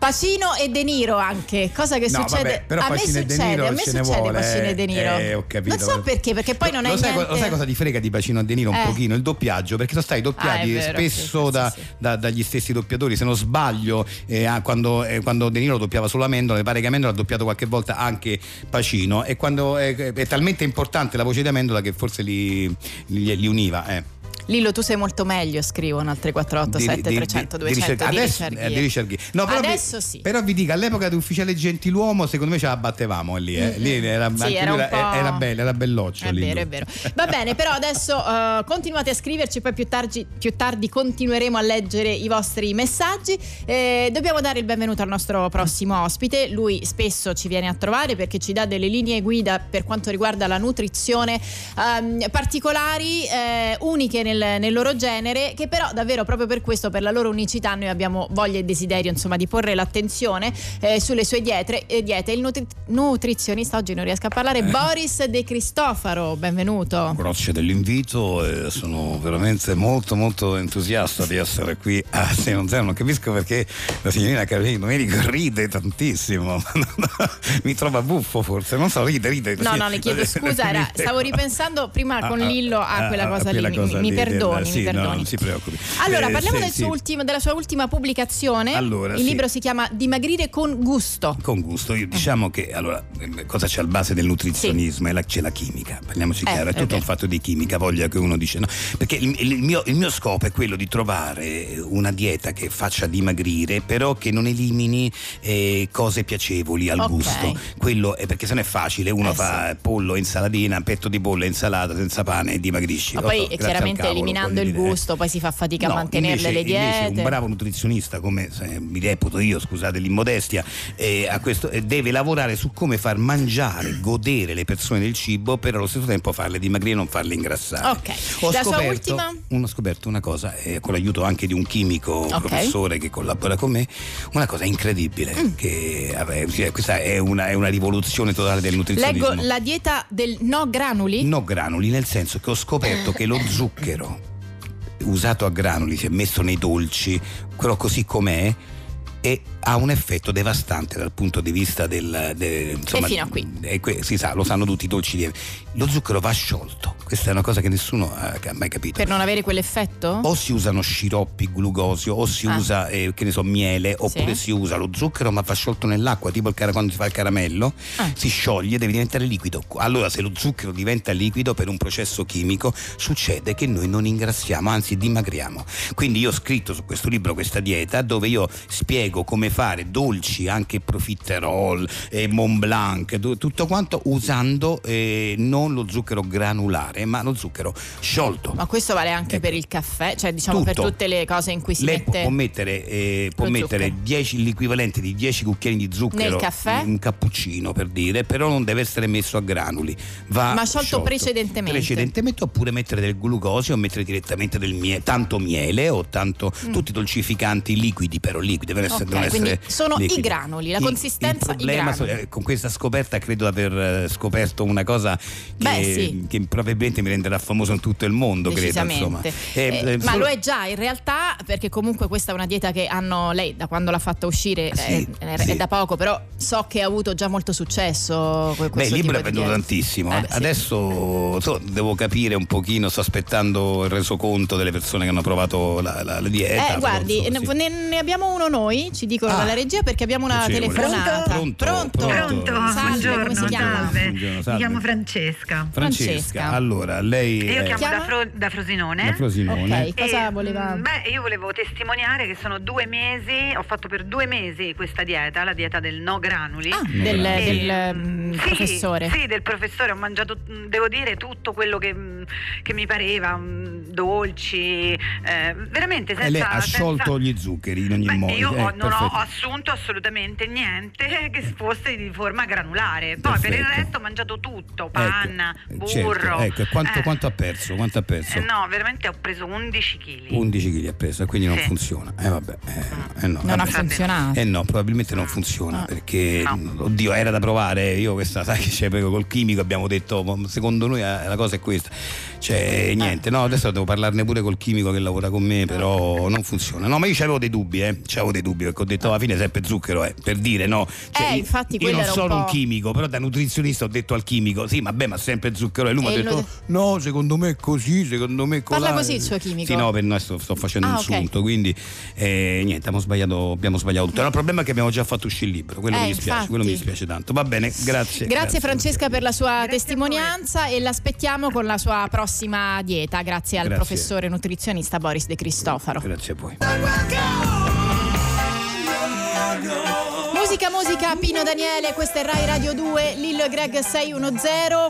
Speaker 2: Pacino e De Niro anche, cosa che
Speaker 3: No,
Speaker 2: succede?
Speaker 3: vabbè, però
Speaker 2: a me
Speaker 3: Pacino e De
Speaker 2: succede,
Speaker 3: Niro
Speaker 2: a me
Speaker 3: ce ne
Speaker 2: succede
Speaker 3: vuole,
Speaker 2: Pacino e De
Speaker 3: eh,
Speaker 2: Niro.
Speaker 3: eh, ho capito.
Speaker 2: Non so perché, perché poi non
Speaker 3: lo,
Speaker 2: è
Speaker 3: sai,
Speaker 2: niente.
Speaker 3: lo sai cosa ti frega di Bacino a De Niro un
Speaker 2: Eh.
Speaker 3: pochino? Il doppiaggio, perché sono stati doppiati
Speaker 2: Ah, è vero,
Speaker 3: spesso
Speaker 2: sì,
Speaker 3: da-
Speaker 2: sì,
Speaker 3: da- dagli stessi doppiatori. Se non sbaglio, eh, ah, quando, eh, quando De Niro doppiava solo Amendola, mi pare che Amendola ha doppiato qualche volta anche Pacino. E quando eh, è talmente importante la voce di Amendola che forse li, li- li univa. Eh.
Speaker 2: Lillo, tu sei molto meglio, scrivono al 348
Speaker 3: Di- di- di-
Speaker 2: 7300
Speaker 3: di
Speaker 2: 200
Speaker 3: ricerca- adesso-
Speaker 2: Richard
Speaker 3: eh,
Speaker 2: Gere.
Speaker 3: di Richard Gere. No, però vi-
Speaker 2: Adesso sì.
Speaker 3: Però vi dico, all'epoca di ufficiale Gentiluomo, secondo me ce la battevamo lì. eh. Lì era,
Speaker 2: Mm. Sì,
Speaker 3: anche
Speaker 2: era
Speaker 3: lui
Speaker 2: un po'-
Speaker 3: era bello, era belloccio.
Speaker 2: È
Speaker 3: lì
Speaker 2: vero,
Speaker 3: lui.
Speaker 2: è vero. Va bene, però adesso eh, continuate a scriverci, poi più tardi, più tardi continueremo a leggere i vostri messaggi. Eh, dobbiamo dare il benvenuto al nostro prossimo ospite. Lui spesso ci viene a trovare perché ci dà delle linee guida per quanto riguarda la nutrizione ehm, particolari, eh, uniche nel, nel loro genere, che però davvero proprio per questo, per la loro unicità, noi abbiamo voglia e desiderio insomma di porre l'attenzione eh, sulle sue dietre- eh, diete. Il nutri- nutrizionista, oggi non riesco a parlare,
Speaker 3: Eh.
Speaker 2: Boris De Cristofaro, benvenuto.
Speaker 3: Grazie dell'invito, eh, sono veramente molto molto entusiasta di essere qui a Seon Zero. Non capisco perché la signorina Carolina Domenico ride tantissimo. <laughs> Mi trova buffo forse, non so, ride, ride.
Speaker 2: No,
Speaker 3: Ah,
Speaker 2: no, le chiedo scusa,
Speaker 3: <laughs>
Speaker 2: era- stavo ripensando prima con Lillo a quella cosa lì, mi- mi, perdoni, mi perdoni.
Speaker 3: non si preoccupi.
Speaker 2: Allora,
Speaker 3: Eh,
Speaker 2: parliamo
Speaker 3: sì,
Speaker 2: del suo
Speaker 3: sì.
Speaker 2: ultimo- della sua ultima pubblicazione.
Speaker 3: Allora,
Speaker 2: Il
Speaker 3: sì.
Speaker 2: libro si chiama Dimagrire con gusto.
Speaker 3: Con gusto, io diciamo che allora eh, cosa c'è al base del nutrizionismo? È la- c'è la chimica, parliamoci
Speaker 2: Eh,
Speaker 3: chiaro, è
Speaker 2: è
Speaker 3: tutto
Speaker 2: vero.
Speaker 3: un fatto di chimica, voglia che uno dice no, perché il, il mio, il mio scopo è quello di trovare una dieta che faccia dimagrire, però che non elimini eh, cose piacevoli al
Speaker 2: Ok.
Speaker 3: gusto, quello è perché sennò è facile, uno
Speaker 2: Eh,
Speaker 3: fa pollo, insaladina, petto di pollo, insalata senza pane e dimagrisci.
Speaker 2: Ma
Speaker 3: Lo so,
Speaker 2: poi
Speaker 3: grazie al
Speaker 2: chiaramente
Speaker 3: cavolo,
Speaker 2: eliminando
Speaker 3: voglio
Speaker 2: il
Speaker 3: dire, eh.
Speaker 2: gusto, poi si fa fatica a
Speaker 3: No,
Speaker 2: mantenerle
Speaker 3: invece-
Speaker 2: le diete.
Speaker 3: Invece un bravo nutrizionista, come se mi reputo io, scusate l'immodestia, eh, a questo- eh, deve lavorare su come far mangiare, godere le persone del cibo, per allo stesso tempo farle dimagrire e non farle ingrassare.
Speaker 2: Ok,
Speaker 3: Ho
Speaker 2: la sua
Speaker 3: scoperto-
Speaker 2: ultima.
Speaker 3: Ho scoperto una cosa, eh, con l'aiuto anche di un chimico
Speaker 2: Ok.
Speaker 3: professore che collabora con me, una cosa incredibile,
Speaker 2: Mm.
Speaker 3: che vabbè, sì, questa è una, è una rivoluzione totale del nutrizionismo.
Speaker 2: Leggo la dieta del no granuli. Eh.
Speaker 3: No granuli, nel senso che ho scoperto che lo zucchero usato a granuli, si è messo nei dolci, quello così com'è, e ha un effetto devastante dal punto di vista del... de- insomma,
Speaker 2: fino a qui.
Speaker 3: e que- si sa, lo sanno tutti i dolci lievi. Lo zucchero va sciolto, questa è una cosa che nessuno ha ha mai capito
Speaker 2: Per non avere quell'effetto?
Speaker 3: o si usano sciroppi, glucosio, o si
Speaker 2: Certo. Ah.
Speaker 3: usa, eh, che ne so, miele, oppure si usa lo zucchero ma va sciolto nell'acqua, tipo il cara- quando si fa il caramello,
Speaker 2: Ah.
Speaker 3: si scioglie, deve diventare liquido. Allora se lo zucchero diventa liquido per un processo chimico, succede che noi non ingrassiamo, anzi dimagriamo. Quindi io ho scritto su questo libro questa dieta dove io spiego spiego come fare dolci, anche profiterol, eh, Mont Blanc, tu- tutto quanto usando eh, non lo zucchero granulare, ma lo zucchero sciolto.
Speaker 2: Ma questo vale anche per il caffè, cioè diciamo per
Speaker 3: Ecco. Tutto.
Speaker 2: tutte le cose in cui si
Speaker 3: Lei
Speaker 2: mette.
Speaker 3: può mettere, eh, può
Speaker 2: lo
Speaker 3: mettere
Speaker 2: zucchero.
Speaker 3: 10 l'equivalente di 10 cucchiaini di zucchero
Speaker 2: Nel caffè?
Speaker 3: in un cappuccino per dire, però non deve essere messo a granuli. Va
Speaker 2: Ma sciolto precedentemente.
Speaker 3: Precedentemente oppure mettere del glucosio o mettere direttamente del mie- tanto miele o tanto
Speaker 2: Mm.
Speaker 3: tutti i dolcificanti liquidi, però liquidi devono essere,
Speaker 2: Ok,
Speaker 3: devono
Speaker 2: quindi
Speaker 3: essere
Speaker 2: sono i
Speaker 3: liquidi.
Speaker 2: granuli, la
Speaker 3: Il-
Speaker 2: consistenza
Speaker 3: il
Speaker 2: i
Speaker 3: problema,
Speaker 2: granuli.
Speaker 3: eh, con questa scoperta credo di aver eh, scoperto una cosa che,
Speaker 2: Beh, sì.
Speaker 3: che probabilmente mi renderà famoso in tutto il mondo, credo. Insomma.
Speaker 2: Decisamente.
Speaker 3: Eh,
Speaker 2: Eh,
Speaker 3: eh,
Speaker 2: ma
Speaker 3: solo-
Speaker 2: lo è già in realtà perché comunque questa è una dieta che hanno lei da quando l'ha fatta uscire
Speaker 3: Sì,
Speaker 2: eh, è,
Speaker 3: sì.
Speaker 2: da poco però so che ha avuto già molto successo que-
Speaker 3: Beh, il
Speaker 2: questo
Speaker 3: libro è
Speaker 2: tipo di
Speaker 3: venduto
Speaker 2: dieta.
Speaker 3: tantissimo.
Speaker 2: Eh,
Speaker 3: Ad-
Speaker 2: sì.
Speaker 3: Adesso so, devo capire un pochino, sto aspettando il resoconto delle persone che hanno provato la, la- la dieta.
Speaker 2: eh,
Speaker 3: però,
Speaker 2: guardi,
Speaker 3: insomma,
Speaker 2: ne,
Speaker 3: sì.
Speaker 2: ne- ne abbiamo uno noi, ci dicono
Speaker 3: Ah.
Speaker 2: dalla regia, perché abbiamo una
Speaker 3: Piacevole.
Speaker 2: telefonata.
Speaker 3: Pronto? Pronto? Pronto?
Speaker 2: Salve, come si
Speaker 5: Buongiorno,
Speaker 2: chiama?
Speaker 5: salve.
Speaker 3: Buongiorno,
Speaker 5: Mi
Speaker 3: salve.
Speaker 5: chiamo Francesca.
Speaker 3: Francesca, allora lei
Speaker 5: Io
Speaker 3: è- Ecco,
Speaker 5: chiamo da, Fro- da Frosinone.
Speaker 3: Eh. Da Frosinone.
Speaker 2: Ok, cosa voleva?
Speaker 5: mh, Beh, io volevo testimoniare che sono due mesi, ho fatto per due mesi questa dieta, la dieta del no granuli.
Speaker 2: Ah, del,
Speaker 5: E-
Speaker 2: del, mm,
Speaker 5: sì,
Speaker 2: professore.
Speaker 5: Sì, del professore. Ho mangiato, mh, devo dire, tutto quello che, mh, che mi pareva, mh, dolci, eh, veramente senza...
Speaker 3: E lei ha
Speaker 5: senza-
Speaker 3: sciolto gli zuccheri in ogni
Speaker 5: Beh,
Speaker 3: modo.
Speaker 5: io
Speaker 3: eh,
Speaker 5: ho- non ho,
Speaker 3: perfetto.
Speaker 5: ho assunto assolutamente niente <laughs> che fosse di forma granulare. Poi per il
Speaker 3: Perfetto.
Speaker 5: resto ho mangiato tutto, panna, burro.
Speaker 3: Certo, ecco, quanto,
Speaker 5: eh.
Speaker 3: quanto ha perso? Quanto ha perso?
Speaker 5: Eh, no, veramente ho preso 11 kg.
Speaker 3: 11 kg ha preso, quindi non
Speaker 5: Sì.
Speaker 3: funziona. Eh, vabbè, eh, eh no,
Speaker 2: Non ha
Speaker 3: vabbè.
Speaker 2: funzionato.
Speaker 3: Eh no, probabilmente non
Speaker 2: Ah.
Speaker 3: funziona perché, oddio, era da provare. Io questa, sai che c'è proprio col chimico, abbiamo detto, "Ma secondo noi eh, la cosa è questa.
Speaker 2: Eh.
Speaker 3: Cioè, niente, no, adesso devo parlarne pure col chimico che lavora con me, però non funziona. No, ma io avevo dei dubbi, eh, c'avevo dei dubbi, perché ho detto alla fine è sempre zucchero, eh, per dire, no. Cioè,
Speaker 2: Eh,
Speaker 3: io-
Speaker 2: infatti
Speaker 3: io
Speaker 2: quello
Speaker 3: non
Speaker 2: era un
Speaker 3: sono un,
Speaker 2: po'-
Speaker 3: chimico, però da nutrizionista ho detto al chimico, sì, vabbè, ma sempre zucchero. E lui mi ha
Speaker 2: E
Speaker 3: detto,
Speaker 2: lo-
Speaker 3: no, secondo me è così, secondo me è così.
Speaker 2: Parla così il suo chimico.
Speaker 3: Sì, no, Oh, per noi sto, sto facendo
Speaker 2: Ah,
Speaker 3: un
Speaker 2: ok.
Speaker 3: sunto, quindi eh, niente, abbiamo sbagliato, abbiamo sbagliato tutto. Era il problema è che abbiamo già fatto uscire il libro, quello
Speaker 2: Eh,
Speaker 3: mi dispiace,
Speaker 2: infatti.
Speaker 3: quello mi dispiace tanto. Va bene, grazie.
Speaker 2: Grazie, Francesca per la sua testimonianza e l'aspettiamo con la sua prossima dieta, grazie al
Speaker 3: Grazie.
Speaker 2: professore nutrizionista Boris De Cristofaro.
Speaker 3: Grazie a voi.
Speaker 2: Musica, musica, Pino Daniele, questa è Rai Radio 2, Lillo e Greg 610.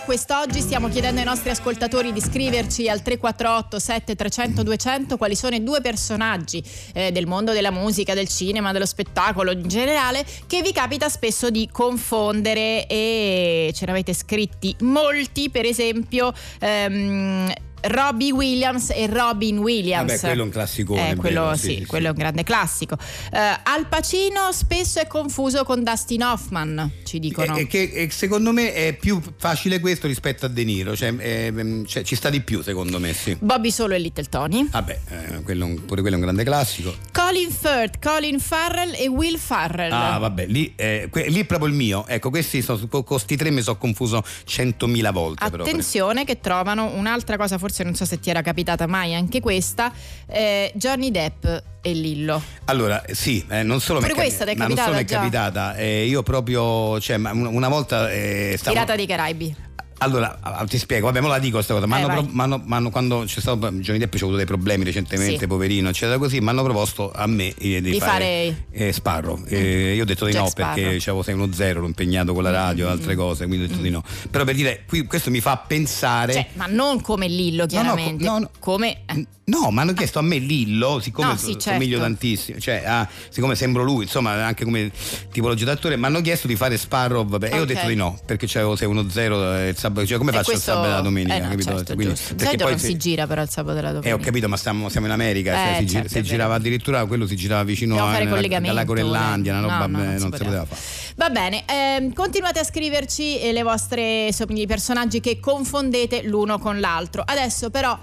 Speaker 2: Quest'oggi stiamo chiedendo ai nostri ascoltatori di iscriverci al 348 7300 200 quali sono i due personaggi eh, del mondo della musica, del cinema, dello spettacolo in generale che vi capita spesso di confondere e ce ne avete scritti molti, per esempio ehm, Robbie Williams e Robin Williams.
Speaker 3: Vabbè, quello è un classicone,
Speaker 2: Eh, quello,
Speaker 3: vero?
Speaker 2: sì,
Speaker 3: Sì, sì,
Speaker 2: quello è un grande classico. Eh, Al Pacino spesso è confuso con Dustin Hoffman, ci dicono.
Speaker 3: E, e eh, che e secondo me è più facile questo rispetto a De Niro, cioè, ehm, cioè, ci sta di più secondo me, sì.
Speaker 2: Bobby Solo e Little Tony.
Speaker 3: Vabbè, eh, quello è un- pure quello è un grande classico.
Speaker 2: Colin Firth, Colin Farrell e Will Farrell.
Speaker 3: Ah, vabbè, lì, eh, que- lì è proprio il mio. Ecco, questi sono, co- con sti tre mi sono confuso centomila volte. però.
Speaker 2: Attenzione che trovano un'altra cosa, forse non so se ti era capitata mai anche questa, eh, Johnny Depp e Lillo.
Speaker 3: Allora, sì, eh, non solo
Speaker 2: Pure
Speaker 3: mi è,
Speaker 2: questa ti è
Speaker 3: ma non solo mi è
Speaker 2: capitata
Speaker 3: capitata, eh, io proprio, cioè, ma un- una volta eh, stavo...
Speaker 2: Pirata dei Caraibi.
Speaker 3: Allora, ah, ti spiego, vabbè, me la dico questa cosa,
Speaker 2: Eh,
Speaker 3: ma hanno
Speaker 2: vai.
Speaker 3: pro- ma hanno- ma hanno- quando c'è stato Johnny Depp c'è avuto dei problemi recentemente,
Speaker 2: Sì.
Speaker 3: poverino, eccetera così, mi hanno proposto a me eh, di,
Speaker 2: Di
Speaker 3: fare,
Speaker 2: fare- Mm.
Speaker 3: eh, Sparro. Eh, io ho detto di
Speaker 2: Jack
Speaker 3: no
Speaker 2: Sparrow. Mm,
Speaker 3: perché c'avevo 6 1 0, ero impegnato con la radio, altre cose, quindi ho detto di no. Però per dire, qui, questo mi fa pensare...
Speaker 2: Cioè, ma non come Lillo, chiaramente. Come... eh,
Speaker 3: No, ma hanno chiesto a me Lillo, siccome
Speaker 2: No, sì,
Speaker 3: so- somiglio
Speaker 2: certo.
Speaker 3: tantissimo, cioè, ah, siccome sembro lui, insomma, anche come tipologia d'attore, mi hanno chiesto di fare Sparrow, vabbè, e io ho
Speaker 2: Ok.
Speaker 3: detto di no, perché c'avevo 6-1-0 il sabato, cioè come
Speaker 2: e
Speaker 3: faccio il
Speaker 2: questo-
Speaker 3: sabato e la domenica,
Speaker 2: eh no,
Speaker 3: capito?
Speaker 2: certo,
Speaker 3: Quindi-
Speaker 2: giusto. Di
Speaker 3: perché
Speaker 2: solito
Speaker 3: poi
Speaker 2: non
Speaker 3: se-
Speaker 2: si gira però il sabato e la
Speaker 3: eh,
Speaker 2: domenica.
Speaker 3: ho capito, ma stiamo, siamo in America, cioè,
Speaker 2: Eh,
Speaker 3: si, gi-
Speaker 2: certo, è
Speaker 3: si
Speaker 2: vero.
Speaker 3: girava addirittura quello si girava vicino
Speaker 2: Dobbiamo
Speaker 3: a
Speaker 2: fare
Speaker 3: alla-
Speaker 2: collegamento,
Speaker 3: alla Groenlandia, una
Speaker 2: dai.
Speaker 3: roba
Speaker 2: No, no,
Speaker 3: eh,
Speaker 2: non
Speaker 3: non,
Speaker 2: si
Speaker 3: si
Speaker 2: poteva.
Speaker 3: poteva fare.
Speaker 2: Va bene, ehm, continuate a scriverci eh, le vostre so- i personaggi che confondete l'uno con l'altro. Adesso però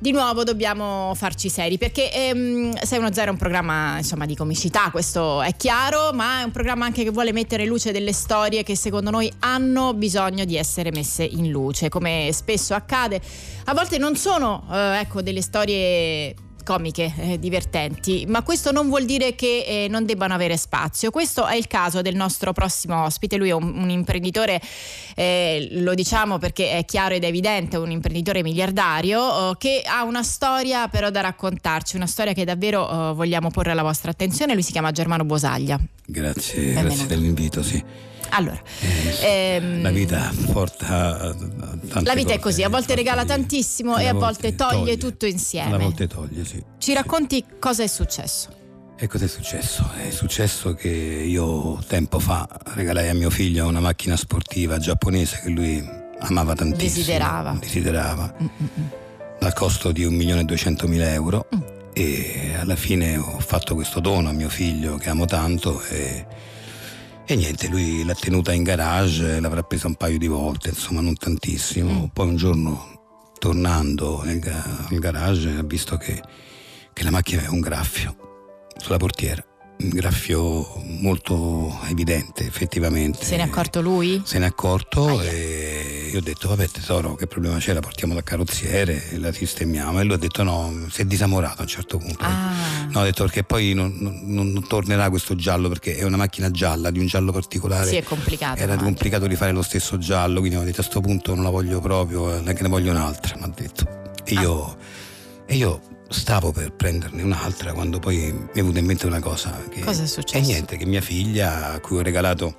Speaker 2: di nuovo dobbiamo farci seri perché ehm, 610 è un programma insomma di comicità, questo è chiaro, ma è un programma anche che vuole mettere in luce delle storie che secondo noi hanno bisogno di essere messe in luce, come spesso accade. A volte non sono eh, ecco, delle storie comiche, eh, divertenti, ma questo non vuol dire che eh, non debbano avere spazio. Questo è il caso del nostro prossimo ospite, lui è un, un imprenditore, eh, lo diciamo perché è chiaro ed evidente, un imprenditore miliardario oh, che ha una storia però da raccontarci, una storia che davvero oh, vogliamo porre alla vostra attenzione, lui si chiama Germano Bosaglia.
Speaker 3: Grazie,
Speaker 2: Benvenuto.
Speaker 3: grazie dell'invito, sì.
Speaker 2: Allora, ehm,
Speaker 3: Eh, La vita porta eh, a- a tante
Speaker 2: la vita è
Speaker 3: cose,
Speaker 2: così, a volte regala tantissimo e
Speaker 3: Alla
Speaker 2: a volte
Speaker 3: volte
Speaker 2: toglie,
Speaker 3: toglie.
Speaker 2: tutto insieme.
Speaker 3: a volte toglie, sì.
Speaker 2: Ci racconti cosa è successo?
Speaker 3: E cosa è successo? È successo che io tempo fa regalai a mio figlio una macchina sportiva giapponese che lui amava tantissimo.
Speaker 2: Desiderava. Mm,
Speaker 3: Desiderava. Dal costo di 1.200.000 euro.
Speaker 2: Mm.
Speaker 3: E alla fine ho fatto questo dono a mio figlio che amo tanto e, e niente, lui l'ha tenuta in garage, l'avrà presa un paio di volte, insomma non
Speaker 2: Mm.
Speaker 3: tantissimo. Poi un giorno tornando nel ga- al garage ha visto che, che la macchina aveva un graffio sulla portiera, un graffio molto evidente effettivamente.
Speaker 2: Se ne è accorto lui?
Speaker 3: Se n'è accorto e io ho detto vabbè tesoro che problema c'è la portiamo dal carrozziere la sistemiamo e lui ha detto no si è disamorato a un certo punto
Speaker 2: Ah.
Speaker 3: no ha detto perché poi non, non- non tornerà questo giallo perché è una macchina gialla di un giallo particolare
Speaker 2: Sì, è complicato.
Speaker 3: era
Speaker 2: ma-
Speaker 3: complicato rifare lo stesso giallo quindi ho detto a sto punto non la voglio proprio eh, neanche ne voglio un'altra mi ha detto e io, e io stavo per prenderne un'altra quando poi mi è venuta in mente una cosa che,
Speaker 2: Cosa è
Speaker 3: e
Speaker 2: successo?
Speaker 3: niente, che mia figlia, a cui ho regalato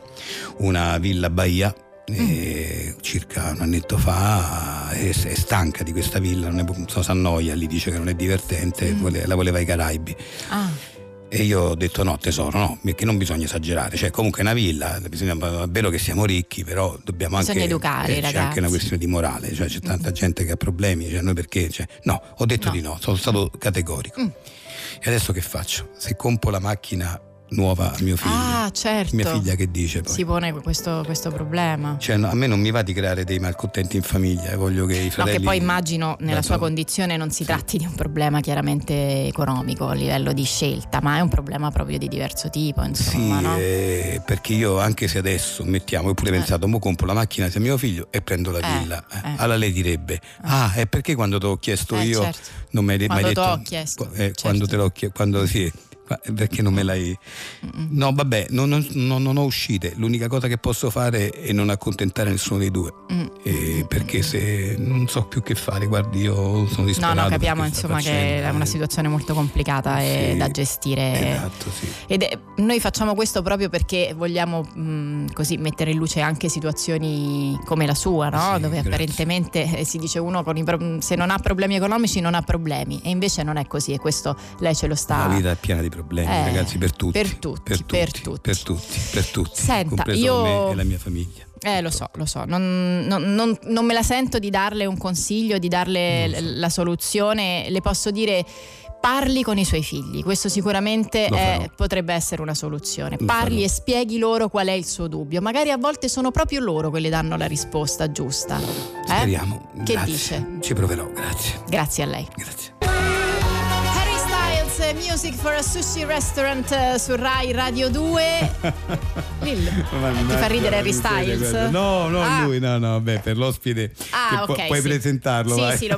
Speaker 3: una villa a Bahia eh,
Speaker 2: Mm.
Speaker 3: circa un annetto fa, è, è stanca di questa villa, non, è, non so, si annoia, lì dice che non è divertente,
Speaker 2: Mm.
Speaker 3: vuole- la voleva ai Caraibi.
Speaker 2: Ah,
Speaker 3: E io ho detto no tesoro, no, perché non bisogna esagerare, cioè comunque è una villa, bisogna, è vero che siamo ricchi, però dobbiamo anche... eh,
Speaker 2: Bisogna educare i
Speaker 3: c'è
Speaker 2: ragazzi. Mm.
Speaker 3: anche una questione di morale, cioè c'è tanta gente che ha problemi, cioè noi perché... cioè, no, ho detto di no, sono stato
Speaker 2: Mm.
Speaker 3: categorico. E adesso che faccio? Se compro la macchina nuova a mio figlio,
Speaker 2: ah, certo.
Speaker 3: mia figlia che dice poi?
Speaker 2: si pone questo, questo problema.
Speaker 3: Cioè, no, a me non mi va di creare dei malcontenti in famiglia, eh, voglio che i
Speaker 2: No,
Speaker 3: fratelli...
Speaker 2: che poi immagino nella
Speaker 3: Dato-
Speaker 2: sua condizione non si tratti di un problema chiaramente economico a livello di scelta, ma è un problema proprio di diverso tipo,
Speaker 3: Sì,
Speaker 2: insomma, no?
Speaker 3: eh, perché io anche se adesso mettiamo, ho pure pensato, mo compro la macchina se mio figlio e prendo la
Speaker 2: Eh,
Speaker 3: villa. eh. Allora lei direbbe, ah, è perché quando te l'ho chiesto
Speaker 2: Eh,
Speaker 3: io
Speaker 2: certo.
Speaker 3: non mi hai de-
Speaker 2: Quando
Speaker 3: mai
Speaker 2: te
Speaker 3: detto...
Speaker 2: l'ho chiesto, certo.
Speaker 3: Eh, Quando te l'ho chiesto, quando sì, qua- eh, perché non me l'hai... No, vabbè, non, non- non- non ho uscite, l'unica cosa che posso fare è non accontentare nessuno dei due,
Speaker 2: Mm.
Speaker 3: Eh, perché se non so più che fare, guardi, io sono
Speaker 2: No,
Speaker 3: disperato.
Speaker 2: no,
Speaker 3: per
Speaker 2: capiamo
Speaker 3: questa
Speaker 2: insomma che
Speaker 3: faccenda,
Speaker 2: è una
Speaker 3: eh.
Speaker 2: situazione molto complicata e
Speaker 3: Sì,
Speaker 2: da gestire.
Speaker 3: Esatto, sì.
Speaker 2: Ed è- noi facciamo questo proprio perché vogliamo mh, così mettere in luce anche situazioni come la sua, no? dove apparentemente eh, si dice uno con i pro- se non ha problemi economici non ha problemi e invece non è così e questo lei ce lo sta.
Speaker 3: La vita è piena di problemi,
Speaker 2: Eh,
Speaker 3: ragazzi, per tutti.
Speaker 2: per tutti,
Speaker 3: per tutti,
Speaker 2: per tutti.
Speaker 3: per tutti, per tutti,
Speaker 2: Senta,
Speaker 3: compreso
Speaker 2: io-
Speaker 3: me e la mia famiglia.
Speaker 2: Eh, lo so, lo so, non, non- non- non me la sento di darle un consiglio, di darle l- la soluzione, le posso dire parli con i suoi figli, questo sicuramente
Speaker 13: Lo
Speaker 2: è-
Speaker 13: farò.
Speaker 2: potrebbe essere una soluzione.
Speaker 13: Lo
Speaker 2: parli
Speaker 13: farò.
Speaker 2: e spieghi loro qual è il suo dubbio, magari a volte sono proprio loro che le danno la risposta giusta. Eh?
Speaker 3: Speriamo.
Speaker 2: Che
Speaker 3: Grazie.
Speaker 2: dice?
Speaker 3: Ci proverò, grazie.
Speaker 2: Grazie a lei.
Speaker 3: Grazie.
Speaker 2: Harry Styles, eh, Music for a Sushi Restaurant eh, su Rai
Speaker 13: <laughs>
Speaker 2: Radio 2.
Speaker 3: <laughs>
Speaker 2: Lil, Eh, ti fa ridere Harry Styles?
Speaker 14: No, no,
Speaker 2: Ah.
Speaker 14: lui, no, no, beh, per l'ospite
Speaker 2: Ah,
Speaker 14: che pu-
Speaker 2: ok,
Speaker 14: puoi
Speaker 2: sì.
Speaker 14: presentarlo.
Speaker 2: Sì,
Speaker 14: vai.
Speaker 2: sì, lo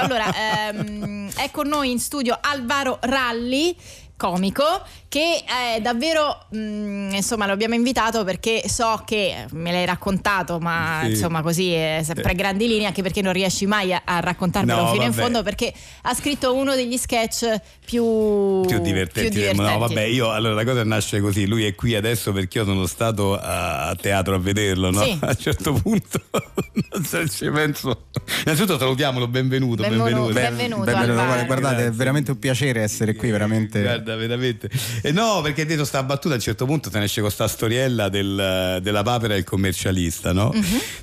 Speaker 14: <laughs>
Speaker 3: <laughs>
Speaker 2: Allora, ehm, è con noi in studio Alvaro Ralli. Comico che è davvero mh, insomma lo abbiamo invitato perché so che me l'hai raccontato, ma
Speaker 13: Sì.
Speaker 2: insomma così è sempre a grandi linee, anche perché non riesci mai a, a raccontarmelo
Speaker 14: Eh. No,
Speaker 2: fino in
Speaker 14: vabbè.
Speaker 2: fondo, perché ha scritto uno degli sketch più,
Speaker 14: più divertenti,
Speaker 2: più
Speaker 14: del mondo. No,
Speaker 2: divertenti.
Speaker 14: vabbè, io allora la cosa nasce così. Lui è qui adesso perché io sono stato a, a teatro a vederlo. No?
Speaker 2: Sì.
Speaker 14: <laughs> A un certo punto, <laughs> non so, ci penso. Innanzitutto salutiamolo, benvenuto.
Speaker 2: Benvenu-
Speaker 14: Benvenuto,
Speaker 2: benvenuto, Alvaro.
Speaker 10: Guarda, guardate, è veramente un piacere essere qui, veramente.
Speaker 14: Guarda, veramente. E no, perché dietro sta battuta a un certo punto te ne esce con sta storiella del- della papera e il commercialista, no?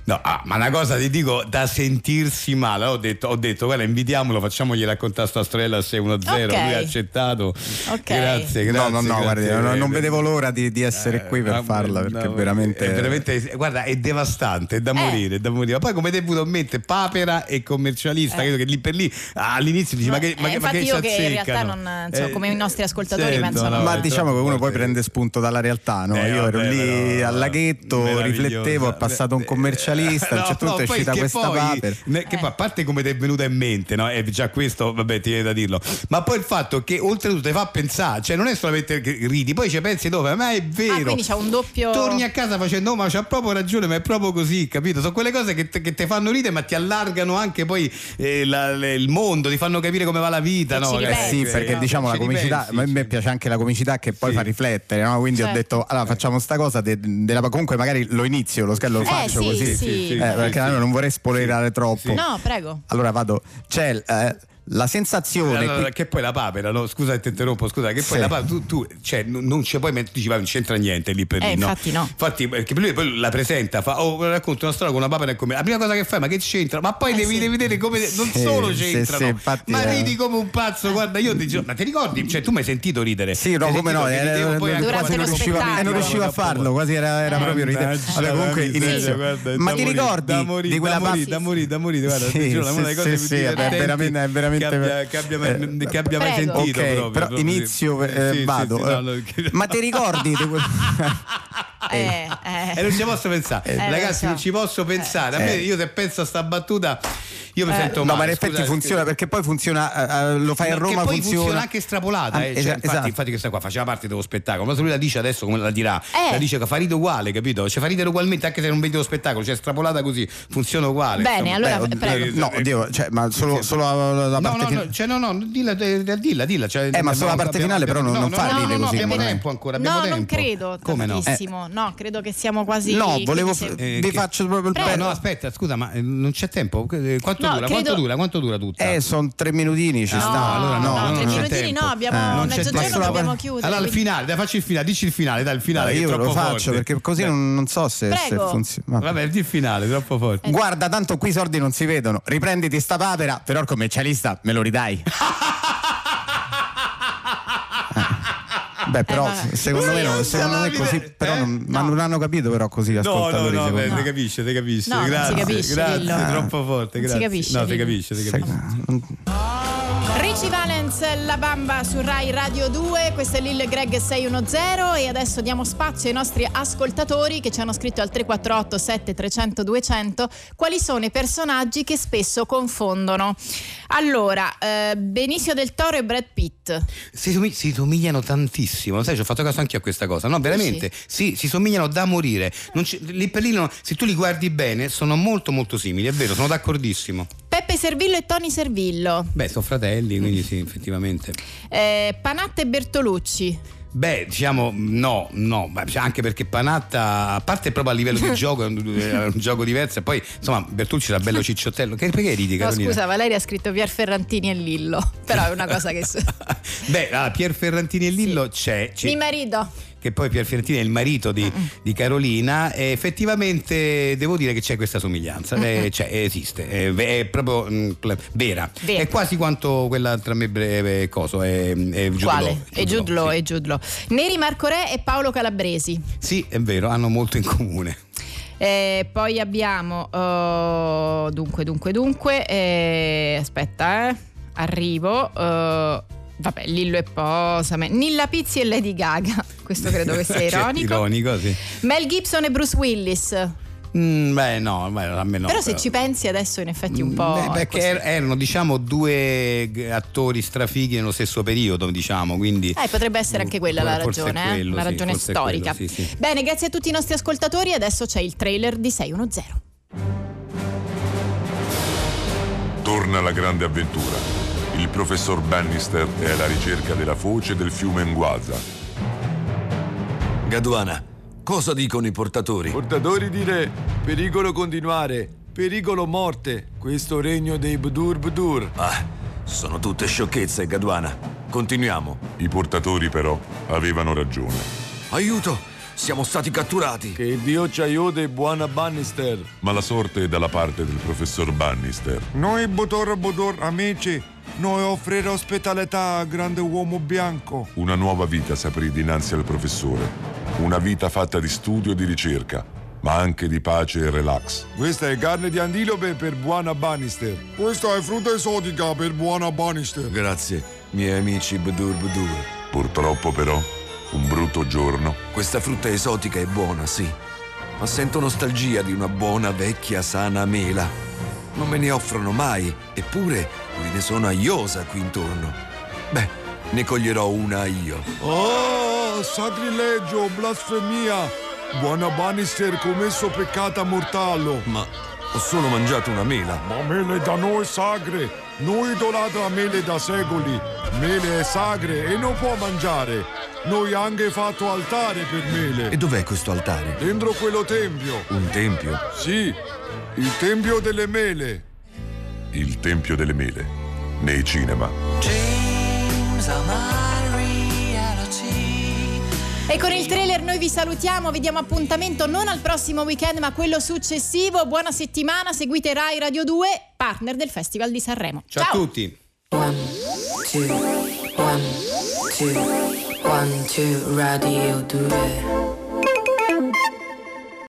Speaker 14: No, ah, ma una cosa ti dico da sentirsi male. Ho detto, ho detto guarda, invitiamolo, facciogli raccontare sta storiella al 610.
Speaker 10: Ok.
Speaker 14: Lui ha accettato. Grazie, grazie.
Speaker 10: No, no, no,
Speaker 14: grazie,
Speaker 10: guardi,
Speaker 14: eh,
Speaker 10: non, non
Speaker 14: per-
Speaker 10: vedevo l'ora di, di essere
Speaker 3: Eh,
Speaker 10: qui per
Speaker 14: no,
Speaker 10: farla perché
Speaker 14: no,
Speaker 10: veramente...
Speaker 14: è veramente- guarda, è devastante, è
Speaker 2: Eh.
Speaker 14: da morire, è da morire. Ma poi come ti è venuto in mente papera e commercialista, credo che lì per lì ah, all'inizio dici ma, che, ma,
Speaker 2: Eh,
Speaker 14: che- ma
Speaker 2: infatti
Speaker 14: che
Speaker 2: io
Speaker 14: ci
Speaker 2: che in realtà
Speaker 14: azzeccano?
Speaker 2: non, insomma,
Speaker 14: Eh,
Speaker 2: come i nostri ascoltatori
Speaker 10: Certo,
Speaker 2: pensano.
Speaker 10: no, ma diciamo che uno poi prende spunto dalla realtà, no?
Speaker 3: Eh,
Speaker 10: Io ero
Speaker 3: vabbè,
Speaker 10: lì
Speaker 3: però-
Speaker 10: al laghetto,
Speaker 3: meravigliosa. Eh,
Speaker 10: riflettevo, è passato un commercialista, a un
Speaker 3: No,
Speaker 10: certo
Speaker 3: no,
Speaker 10: punto è
Speaker 3: poi
Speaker 10: uscita
Speaker 3: che
Speaker 10: questa
Speaker 3: poi-
Speaker 10: paper.
Speaker 3: ne-
Speaker 2: Eh.
Speaker 3: Che poi, a parte come ti è venuta in mente, no? Eh, già questo, vabbè, ti viene da dirlo. Ma poi il fatto che oltretutto ti fa pensare, cioè non è solamente che ridi, poi ci pensi dove, ma è
Speaker 2: Ah,
Speaker 3: vero.
Speaker 2: quindi c'è un doppio.
Speaker 3: Torni a casa facendo, "Oh, ma c'ha proprio ragione, ma è proprio così, capito? Sono quelle cose che, te- che ti fanno ridere, ma ti allargano anche poi eh, la- le- il mondo, ti fanno capire come va la vita, no?
Speaker 10: Eh sì, perché diciamo la comicità, a me piace anche la comicità che poi fa riflettere, no? quindi ho
Speaker 3: Certo.
Speaker 10: detto allora facciamo sta cosa de- della comunque magari lo inizio, lo, scherzo, lo
Speaker 2: Eh,
Speaker 10: faccio
Speaker 2: sì,
Speaker 10: così,
Speaker 2: sì, sì.
Speaker 10: Eh, perché almeno non vorrei spoilerare troppo.
Speaker 2: No, prego.
Speaker 10: Allora vado, c'è eh, la sensazione...
Speaker 3: Allora,
Speaker 10: qui-
Speaker 3: che poi la papera, no? scusa che ti interrompo, scusa, che poi
Speaker 10: Sì.
Speaker 3: la papera, tu, tu, cioè, non, non c'è poi, mentre dici, "Vabbè, non c'entra niente lì per
Speaker 2: Eh,
Speaker 3: lì, no?
Speaker 2: infatti no.
Speaker 3: Infatti, perché lui poi la presenta, fa, oh, racconta una storia con una papera e come, la prima cosa che fai, ma che c'entra? Ma poi devi, devi vedere come, non
Speaker 10: Sì,
Speaker 3: solo
Speaker 10: sì,
Speaker 3: c'entrano,
Speaker 10: sì, infatti,
Speaker 3: ma
Speaker 10: eh.
Speaker 3: ridi come un pazzo, guarda, io ti giuro, ma ti ricordi? Cioè, tu mi hai sentito ridere? Sì,
Speaker 10: No, come no, eh, eh, quasi non riusciva, eh, non riuscivo a farlo, quasi era, era
Speaker 3: Eh,
Speaker 10: proprio ridere.
Speaker 3: mannaggia
Speaker 10: Vabbè,
Speaker 3: la
Speaker 10: comunque
Speaker 3: miseria,
Speaker 10: inizio.
Speaker 3: guarda,
Speaker 10: Ma
Speaker 3: da
Speaker 10: ti
Speaker 3: morire,
Speaker 10: ricordi
Speaker 3: da morire,
Speaker 10: di quella
Speaker 3: da morire,
Speaker 10: parte?
Speaker 3: da morire, da morire, guarda,
Speaker 10: Sì,
Speaker 3: ti giuro, è una
Speaker 10: sì,
Speaker 3: delle cose
Speaker 10: sì,
Speaker 3: più
Speaker 10: sì, vabbè,
Speaker 3: divertenti
Speaker 10: è veramente- è veramente-
Speaker 3: che abbia, che abbia mai,
Speaker 10: eh,
Speaker 3: che abbia mai
Speaker 10: prego.
Speaker 3: sentito
Speaker 10: Ok,
Speaker 3: proprio,
Speaker 10: però
Speaker 3: proprio,
Speaker 10: inizio, eh,
Speaker 3: Sì, sì,
Speaker 10: vado,
Speaker 3: sì,
Speaker 10: eh.
Speaker 3: no, no, che-
Speaker 10: Ma ti ricordi
Speaker 3: <laughs>
Speaker 10: di quel...
Speaker 2: Eh, eh.
Speaker 3: e non ci posso pensare,
Speaker 2: Eh, lo
Speaker 3: ragazzi,
Speaker 2: so.
Speaker 3: non ci posso pensare. A me,
Speaker 10: Eh.
Speaker 3: io se penso a sta battuta, io mi
Speaker 10: Eh,
Speaker 3: sento male.
Speaker 10: No, ma in effetti
Speaker 3: scusate.
Speaker 10: funziona perché poi funziona, eh, eh, lo fai a
Speaker 3: No, che
Speaker 10: Roma,
Speaker 3: poi funziona, anche estrapolata. eh,
Speaker 10: Ah,
Speaker 3: cioè,
Speaker 10: esa-
Speaker 3: infatti,
Speaker 10: esatto.
Speaker 3: infatti questa qua faceva parte dello spettacolo. Ma se lui la dice adesso come la dirà,
Speaker 2: Eh.
Speaker 3: la dice che fa ridere uguale, capito? Cioè fa ridere ugualmente anche se non vedi lo spettacolo, cioè estrapolata così, funziona uguale.
Speaker 2: Bene, allora, eh,
Speaker 3: Beh, od-
Speaker 2: prego.
Speaker 10: No, oddio, cioè, ma solo, solo la, la
Speaker 3: No,
Speaker 10: parte
Speaker 3: no,
Speaker 10: finale.
Speaker 3: no, cioè, no, no, dilla, eh, dilla, dilla. cioè,
Speaker 10: Eh, ma solo la
Speaker 3: abbiamo-
Speaker 10: parte
Speaker 3: abbiamo-
Speaker 10: finale, però, non,
Speaker 3: no,
Speaker 10: non
Speaker 3: no,
Speaker 10: fa
Speaker 3: no, no,
Speaker 10: ridere
Speaker 3: no,
Speaker 10: così.
Speaker 3: abbiamo
Speaker 10: non è.
Speaker 3: tempo ancora, abbiamo
Speaker 2: No,
Speaker 3: tempo.
Speaker 2: non credo
Speaker 3: Come no? Eh.
Speaker 2: tantissimo. No? credo che siamo quasi.
Speaker 10: No,
Speaker 2: quindi
Speaker 10: volevo.
Speaker 2: se-
Speaker 10: eh, vi faccio proprio il
Speaker 3: No,
Speaker 10: pezzo.
Speaker 3: no, aspetta, scusa, ma eh, non c'è tempo. Eh, Quanto
Speaker 2: No,
Speaker 3: dura?
Speaker 2: credo-
Speaker 3: Quanto dura? Quanto dura tutto?
Speaker 10: Eh, sono tre minutini, ci
Speaker 3: Esatto. No,
Speaker 10: sta.
Speaker 3: allora no, no,
Speaker 2: tre
Speaker 3: non c'è
Speaker 2: minutini
Speaker 3: tempo.
Speaker 2: no, abbiamo
Speaker 10: Eh.
Speaker 3: Non c'è
Speaker 2: mezzogiorno
Speaker 3: tempo.
Speaker 2: che dobbiamo chiudere.
Speaker 3: Allora, al
Speaker 2: quindi-
Speaker 3: finale, dai, facci il finale, dici il finale, dai, il finale. che è
Speaker 10: io ve lo
Speaker 3: troppo
Speaker 10: faccio
Speaker 3: forte. Eh.
Speaker 10: perché così non, non so se, se
Speaker 2: Prego.
Speaker 10: funziona. Vabbè.
Speaker 3: Vabbè, di finale, troppo
Speaker 2: Eh.
Speaker 3: forte.
Speaker 10: Guarda, tanto qui i soldi non si vedono. Riprenditi sta papera, però il commercialista me lo
Speaker 3: <laughs>
Speaker 10: ridai. Eh. Beh, però,
Speaker 2: vabbè.
Speaker 10: secondo me, non- secondo me così. Però non, ma non l'hanno capito, però così gli
Speaker 3: Eh, No, no,
Speaker 10: ascoltatori.
Speaker 3: no,
Speaker 10: secondo
Speaker 3: beh,
Speaker 10: me.
Speaker 3: te capisce, te capisce.
Speaker 2: No, non si
Speaker 3: grazie,
Speaker 2: capisce,
Speaker 3: grazie,
Speaker 2: dillo.
Speaker 3: troppo forte,
Speaker 2: Non si
Speaker 3: grazie.
Speaker 2: capisce,
Speaker 3: no, te
Speaker 2: dillo.
Speaker 3: capisce, te capisce.
Speaker 2: Richie Valens, La Bamba su Rai Radio 2, questo è Lil Greg 610 e adesso diamo spazio ai nostri ascoltatori che ci hanno scritto al 348 7300 200 quali sono i personaggi che spesso confondono. Allora, eh, Benicio del Toro e Brad Pitt.
Speaker 3: Si, somi- si somigliano tantissimo, lo sai, ci ho fatto caso anche a questa cosa. No, veramente, sì, si somigliano da morire. Non ci- lì per lì non- se tu li guardi bene, sono molto molto simili, è vero, sono d'accordissimo.
Speaker 2: Peppe Servillo e Tony Servillo.
Speaker 3: Beh, sono fratelli, quindi sì, effettivamente.
Speaker 2: Eh, Panatta e Bertolucci.
Speaker 3: Beh, diciamo no, no, ma cioè, anche perché Panatta, a parte proprio
Speaker 2: <laughs>
Speaker 3: a livello di gioco, è un, è un gioco diverso, e poi insomma Bertucci era bello cicciottello. Che, perché ridi,
Speaker 2: No,
Speaker 3: <laughs> Carolina?
Speaker 2: scusa, Valeria ha scritto Pier Ferrantini e Lillo, <laughs> però è una cosa che...
Speaker 3: <laughs> Beh, allora, Pier Ferrantini e Lillo c'è, c'è-
Speaker 2: Mi marido.
Speaker 3: che poi Pier Ferrantini è il marito di, di Carolina, e effettivamente devo dire che c'è questa somiglianza, eh, c'è, esiste, è, ve- è proprio mm, pl- vera.
Speaker 2: Vera.
Speaker 3: È quasi quanto quella tra me e eh, Coso, è, è Jude Law.
Speaker 2: Quale? E Jude Law,
Speaker 3: sì.
Speaker 2: e Jude Law. Neri Marco Re e Paolo Calabresi.
Speaker 3: Sì, è vero, hanno molto in comune.
Speaker 2: Eh, poi abbiamo. eh, dunque, dunque, dunque. eh, aspetta, eh. Arrivo. eh, vabbè, Lillo e Posame. Nilla Pizzi e Lady Gaga. <laughs> Questo credo che sia
Speaker 3: <laughs> Cioè,
Speaker 2: ironico.
Speaker 3: ironico, sì.
Speaker 2: Mel Gibson e Bruce Willis.
Speaker 3: Mm, beh, no, beh, a me no.
Speaker 2: però, se ci pensi adesso, in effetti, un po'. è
Speaker 3: Beh, perché
Speaker 2: così.
Speaker 3: er- erano diciamo due g- attori strafighi nello stesso periodo, diciamo, quindi
Speaker 2: Eh, potrebbe essere anche quella la
Speaker 3: Forse è
Speaker 2: ragione, eh,
Speaker 3: quello,
Speaker 2: la
Speaker 3: sì,
Speaker 2: ragione
Speaker 3: forse è quello,
Speaker 2: storica.
Speaker 3: sì, sì.
Speaker 2: Bene, grazie a tutti i nostri ascoltatori. Adesso c'è il trailer di 610.
Speaker 4: Torna la grande avventura. Il professor Bannister è alla ricerca della foce del fiume Nguaza.
Speaker 15: Gaduana, cosa dicono i portatori? Portatori dire pericolo continuare, pericolo morte, questo regno dei Bdur Bdur.
Speaker 4: Ah, sono tutte sciocchezze, Gaduana. Continuiamo. I portatori, però, avevano ragione.
Speaker 15: Aiuto, siamo stati catturati. Che Dio ci aiuti, buona Bannister.
Speaker 4: Ma la sorte è dalla parte del professor Bannister.
Speaker 16: Noi Bodor Bodor amici, noi offrire ospitalità al grande uomo bianco.
Speaker 4: Una nuova vita s'aprì dinanzi al professore. Una vita fatta di studio e di ricerca, ma anche di pace e relax.
Speaker 16: Questa è carne di antilope per buona Bannister. Questa è frutta esotica per buona Bannister.
Speaker 15: Grazie, miei amici Bdur Bdur.
Speaker 17: Purtroppo però, un brutto giorno,
Speaker 3: Questa frutta esotica è buona, sì, ma sento nostalgia di una buona vecchia sana mela. Non me ne offrono mai, eppure me ne sono aiosa qui intorno. Beh, ne coglierò una io.
Speaker 4: Oh, sacrilegio, blasfemia! Buona Bannister commesso peccata mortalo.
Speaker 3: Ma ho solo mangiato una mela.
Speaker 4: Ma mele da noi sacre, noi idolatra mele da secoli. Mele è sacre e non può mangiare. Noi anche fatto altare per mele.
Speaker 3: E dov'è questo altare?
Speaker 4: Dentro quello tempio.
Speaker 3: Un tempio?
Speaker 4: Sì, il tempio delle mele.
Speaker 17: il Tempio delle Mele, nei cinema.
Speaker 8: Dreams are my reality.
Speaker 2: E con il trailer noi vi salutiamo, vi diamo appuntamento non al prossimo weekend ma a quello successivo. Buona settimana, seguite Rai Radio 2, partner del Festival di Sanremo.
Speaker 18: Ciao, a tutti.
Speaker 1: One, two, one, two, Radio 2.